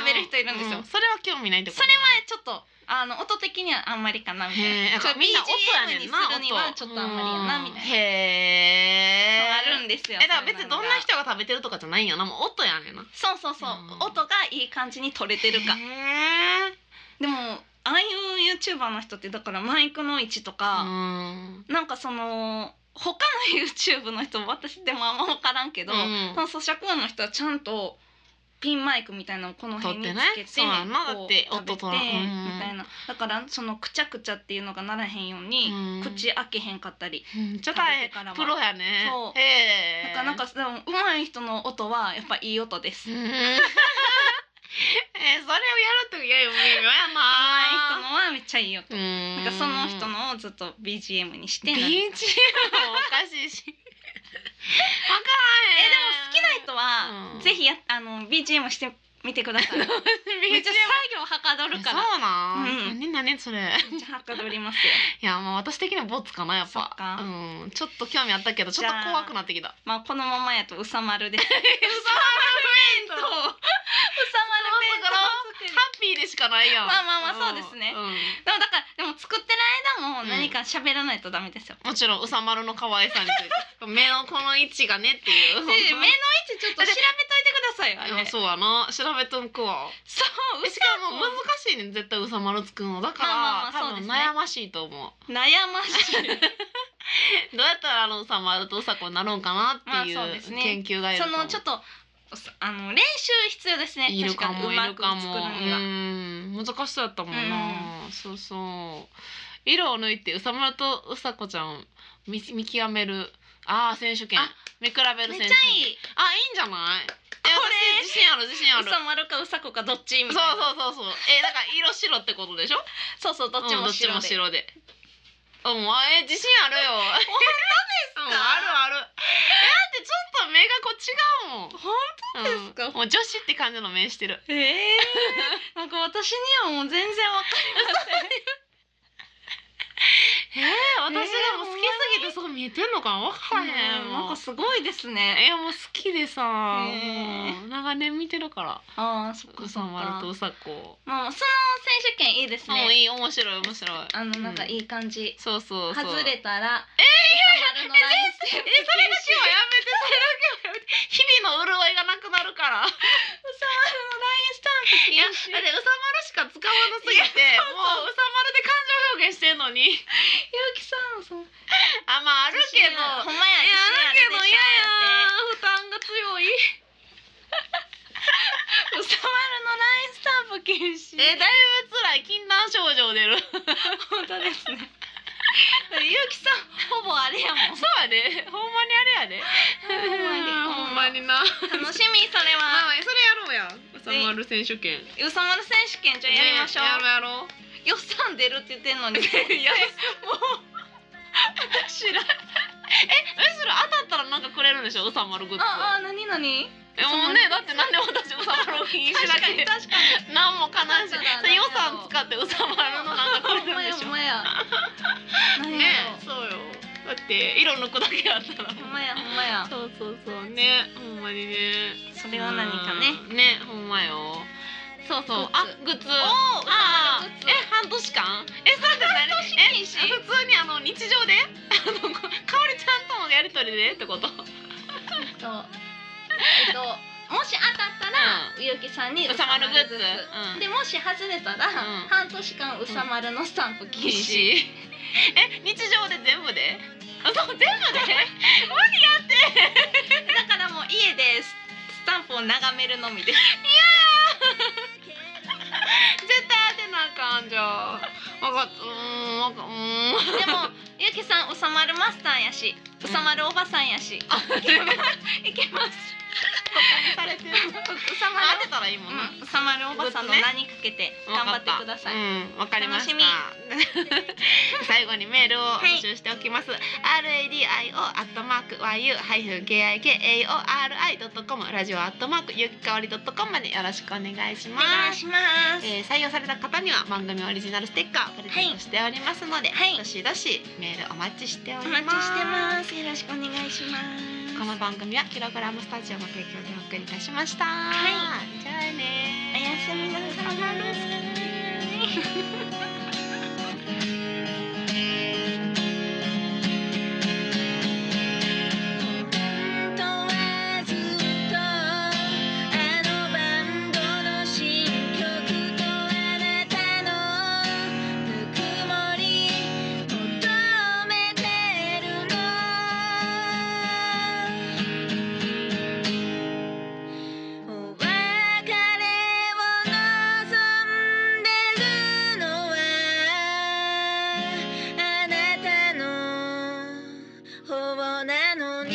Speaker 1: って食べる人いるんですよ
Speaker 2: それは興味ないってこと
Speaker 1: それはちょっとあの音的にはあんまりかなみたい
Speaker 2: へ
Speaker 1: な
Speaker 2: え
Speaker 1: ちょっと
Speaker 2: みんな音や
Speaker 1: BGM
Speaker 2: ね
Speaker 1: に
Speaker 2: ん
Speaker 1: す
Speaker 2: な
Speaker 1: るには
Speaker 2: 音
Speaker 1: ちょっとあんまりやなみたいな
Speaker 2: へ
Speaker 1: そう
Speaker 2: え
Speaker 1: あるんですよ
Speaker 2: えだから別にど
Speaker 1: そう
Speaker 2: んな
Speaker 1: いうのが
Speaker 2: 人が食べてるとかじゃないんやなもう音やねんな
Speaker 1: そうそうそう
Speaker 2: うん
Speaker 1: 音がいい感じに取れてるか
Speaker 2: へえ
Speaker 1: でもああいうユーチューバーの人ってだからマイクの位置と
Speaker 2: う
Speaker 1: か、
Speaker 2: ん
Speaker 1: なんかその他の YouTube の人私でもあんま分からんけど、
Speaker 2: うん
Speaker 1: その咀嚼音の人はちゃんとピンマイクみたいなのをこの辺につ
Speaker 2: 取
Speaker 1: け
Speaker 2: って
Speaker 1: て
Speaker 2: ねそうやんな
Speaker 1: こ
Speaker 2: だって音
Speaker 1: 食べて
Speaker 2: 取らんうん
Speaker 1: みたいなだからそのくちゃくちゃっていうのがならへんように、
Speaker 2: うん
Speaker 1: 口開けへんかったり、
Speaker 2: うんちょっと大変
Speaker 1: 食べてからは
Speaker 2: プロやね
Speaker 1: そう
Speaker 2: へえ
Speaker 1: なんかなんかでも上手い人の音はやっぱいい音です。
Speaker 2: う
Speaker 1: 上
Speaker 2: ん (laughs) えーそれをやるとやよ微妙や
Speaker 1: 手い人
Speaker 2: な
Speaker 1: のはめっちゃいい音。
Speaker 2: うん
Speaker 1: なんかその人のをずっと BGM にしてなんか
Speaker 2: BGM もおかしい
Speaker 1: (laughs)
Speaker 2: しわ
Speaker 1: えでも好きな人は、
Speaker 2: うん (laughs)
Speaker 1: ぜひやあの BGM してみてください。めっちゃ
Speaker 2: からへん BGM
Speaker 1: 作業はかどるから。
Speaker 2: そうなん、
Speaker 1: うん
Speaker 2: 何何それ (laughs)
Speaker 1: めっちゃはかどりますよ。
Speaker 2: いやもう私的にはボツかなやっ
Speaker 1: そっ
Speaker 2: ぱ
Speaker 1: か
Speaker 2: うんちょっと興味あったけどちょっと怖くなって
Speaker 1: (laughs)
Speaker 2: きた
Speaker 1: (laughs) まあこのままやとうさまるです。うさまる弁当。うさまる弁当作り。
Speaker 2: ハッピーでしかないやん
Speaker 1: まあまあまあそうですね
Speaker 2: ん
Speaker 1: でもだからでも作ってる間も
Speaker 2: うん
Speaker 1: 何か喋らないとダメですよ。
Speaker 2: もちろんうさまるの可愛さについて目のこの位置がねっていう
Speaker 1: で目の位 (laughs) 置ちょっと調べといてく
Speaker 2: (laughs)
Speaker 1: ださいよあ
Speaker 2: いや
Speaker 1: れ。そう
Speaker 2: そうやな調べとくわ
Speaker 1: う
Speaker 2: えし
Speaker 1: さ
Speaker 2: かも難しいねん絶対うさまるつくのだから、
Speaker 1: まあまあまあそう
Speaker 2: 多
Speaker 1: で
Speaker 2: 分
Speaker 1: すね
Speaker 2: 悩ましいと思う
Speaker 1: 悩ましい。
Speaker 2: どうやったらあのうさまるとうさこになるんかなっていう
Speaker 1: まあそうですね
Speaker 2: 研究がいる
Speaker 1: そ
Speaker 2: と思う
Speaker 1: のちょっとあの練習必要ですね。
Speaker 2: いるか
Speaker 1: 確
Speaker 2: も
Speaker 1: に
Speaker 2: いう
Speaker 1: ま
Speaker 2: る
Speaker 1: く
Speaker 2: か
Speaker 1: 作
Speaker 2: も
Speaker 1: るには。
Speaker 2: うん難しそうやったもんな、そうそう色を抜いてうさまるとうさこちゃんを見見極めるああ選手権
Speaker 1: あ
Speaker 2: 見比べる
Speaker 1: めっ
Speaker 2: 選
Speaker 1: ちゃ
Speaker 2: 手
Speaker 1: い
Speaker 2: 権
Speaker 1: い。
Speaker 2: あいいんじゃないえ
Speaker 1: こ
Speaker 2: 私自信ある自信あ
Speaker 1: う
Speaker 2: る
Speaker 1: さまるかうさこかどっちみ
Speaker 2: そう
Speaker 1: たいな。
Speaker 2: そうそうそうえだから色白ってことでしょ
Speaker 1: そうそうどっちも白
Speaker 2: うんどっち
Speaker 1: で。
Speaker 2: も白でうんあえ自信あるよ本当です
Speaker 1: か
Speaker 2: あるあるえだってちょっと目がこう違うもん
Speaker 1: 本
Speaker 2: 本
Speaker 1: 当ですか
Speaker 2: もう女子って感じの目してる
Speaker 1: ええ (laughs) ー、なんか私にはもう全然わか
Speaker 2: えー、私がもう好きすぎてそう見えてんのかな分から
Speaker 1: んない。
Speaker 2: へん
Speaker 1: なん
Speaker 2: もう
Speaker 1: かすごいですね。
Speaker 2: いやもう好きでさ、
Speaker 1: へ
Speaker 2: もう長年見てるから
Speaker 1: ああそっか
Speaker 2: う
Speaker 1: そ
Speaker 2: さ
Speaker 1: っ
Speaker 2: まる
Speaker 1: か。
Speaker 2: とうさこ
Speaker 1: まあその選手権いいです
Speaker 2: もう
Speaker 1: ね。
Speaker 2: いい面白い面白い
Speaker 1: あのなんかいい感じ。
Speaker 2: そうそうそう
Speaker 1: 外れたら。ええー、いやいやのラインステップ
Speaker 2: えそれだけはやめてそれだけはやめて日々の潤いがなくなる (laughs) からいやだってうさまるしか使わなすぎてもううさまるで感情表現してんの (laughs) に
Speaker 1: ゆうきさんそう。
Speaker 2: あまああるけど
Speaker 1: ほんま
Speaker 2: い
Speaker 1: や。
Speaker 2: やあるけど
Speaker 1: 自信
Speaker 2: 嫌
Speaker 1: あるでしょ
Speaker 2: や負担が強い
Speaker 1: うさまるのラインスタンプ禁止。
Speaker 2: えだいぶ辛い禁断症状
Speaker 1: (laughs)
Speaker 2: 出る
Speaker 1: 本当ですね。ゆうきさん、ほぼあれやもん。
Speaker 2: そうやでほんまにあれやで
Speaker 1: ほ
Speaker 2: ほ
Speaker 1: ん
Speaker 2: ん
Speaker 1: ま
Speaker 2: ま
Speaker 1: に
Speaker 2: にな
Speaker 1: 楽しみ、それは。
Speaker 2: あそれやろうやうさまる選手権
Speaker 1: うさまる選手権、じゃ、やりましょう
Speaker 2: ね。やろうやろう
Speaker 1: 予算出るって言ってんのに。 (laughs)
Speaker 2: (laughs) いやもう私らえむしろ当たったらなんかくれるんでしょうさまるグッズ
Speaker 1: あ、あ、なになに。
Speaker 2: えもうねだってなんで私うさまるを気にし
Speaker 1: 確
Speaker 2: な
Speaker 1: か
Speaker 2: き
Speaker 1: に、
Speaker 2: ゃ
Speaker 1: 確かに。
Speaker 2: なんも悲しい
Speaker 1: そうだ
Speaker 2: それ予算使ってうさまるのなんかくれるんで
Speaker 1: ほん
Speaker 2: しょ
Speaker 1: まや、ほんまや。なんや
Speaker 2: ね
Speaker 1: ろ
Speaker 2: そうよだって色抜くだけやったら
Speaker 1: ほんまや、ほんまや。
Speaker 2: そうそうそうねほんまにね
Speaker 1: それは何かね。
Speaker 2: うんねほんまよそうそうあグッズ
Speaker 1: おお、
Speaker 2: あ
Speaker 1: あ
Speaker 2: ー、え半年間えそれって何え普通にあの日常であのこかおりちゃんとのやりとりでってこと
Speaker 1: えっと。えっと、もし当たったら、ゆうきさんに
Speaker 2: うさまるグッズうん
Speaker 1: で、もし外れたら、
Speaker 2: うん
Speaker 1: 半年間うさまるのスタンプ禁
Speaker 2: 禁
Speaker 1: 止。
Speaker 2: 止え日常で全部であそう全部で
Speaker 1: だからもう家でススタンプを眺めるのみです。
Speaker 2: 絶対当てなあかんじゃん分かったうーんわかうーん
Speaker 1: でもゆうきさんおさまるマ (laughs) スターやし、おさまるおばさんやし、いけます。いけます。
Speaker 2: 他にされれてる
Speaker 4: さま
Speaker 2: (laughs) 当
Speaker 4: る
Speaker 2: てたらいいもんな、
Speaker 4: うん、うさまるおばさんの名にかけて頑張ってください。
Speaker 2: うん、わかりました。
Speaker 4: 楽しみ
Speaker 2: (laughs) 最後にメールを
Speaker 4: い
Speaker 2: 募集しておきます。R A D I O アットマーク Y U ハイフン K I K A O R I ドットコムラジオアットマークゆきかおりドットコムまでよろしくお願いし
Speaker 4: お
Speaker 2: ます。
Speaker 4: 願いします。
Speaker 2: えー採用された方には番組オリジナルステッカーをプレゼントしておりますので、
Speaker 4: はい
Speaker 2: どしどしメールお待ちしてお
Speaker 4: お
Speaker 2: り
Speaker 4: 待ち
Speaker 2: ます。
Speaker 4: してます。よろしくお願いします。
Speaker 2: この番組はキログラムスタジオの提供でお送りいたしました。
Speaker 4: はい
Speaker 2: じゃあね
Speaker 4: おやすみなさい。
Speaker 1: 「とはずっとあのバンドの新曲とあなたのぬくもり求めてるの」「お別れを望んでるのはあなたの方なのに」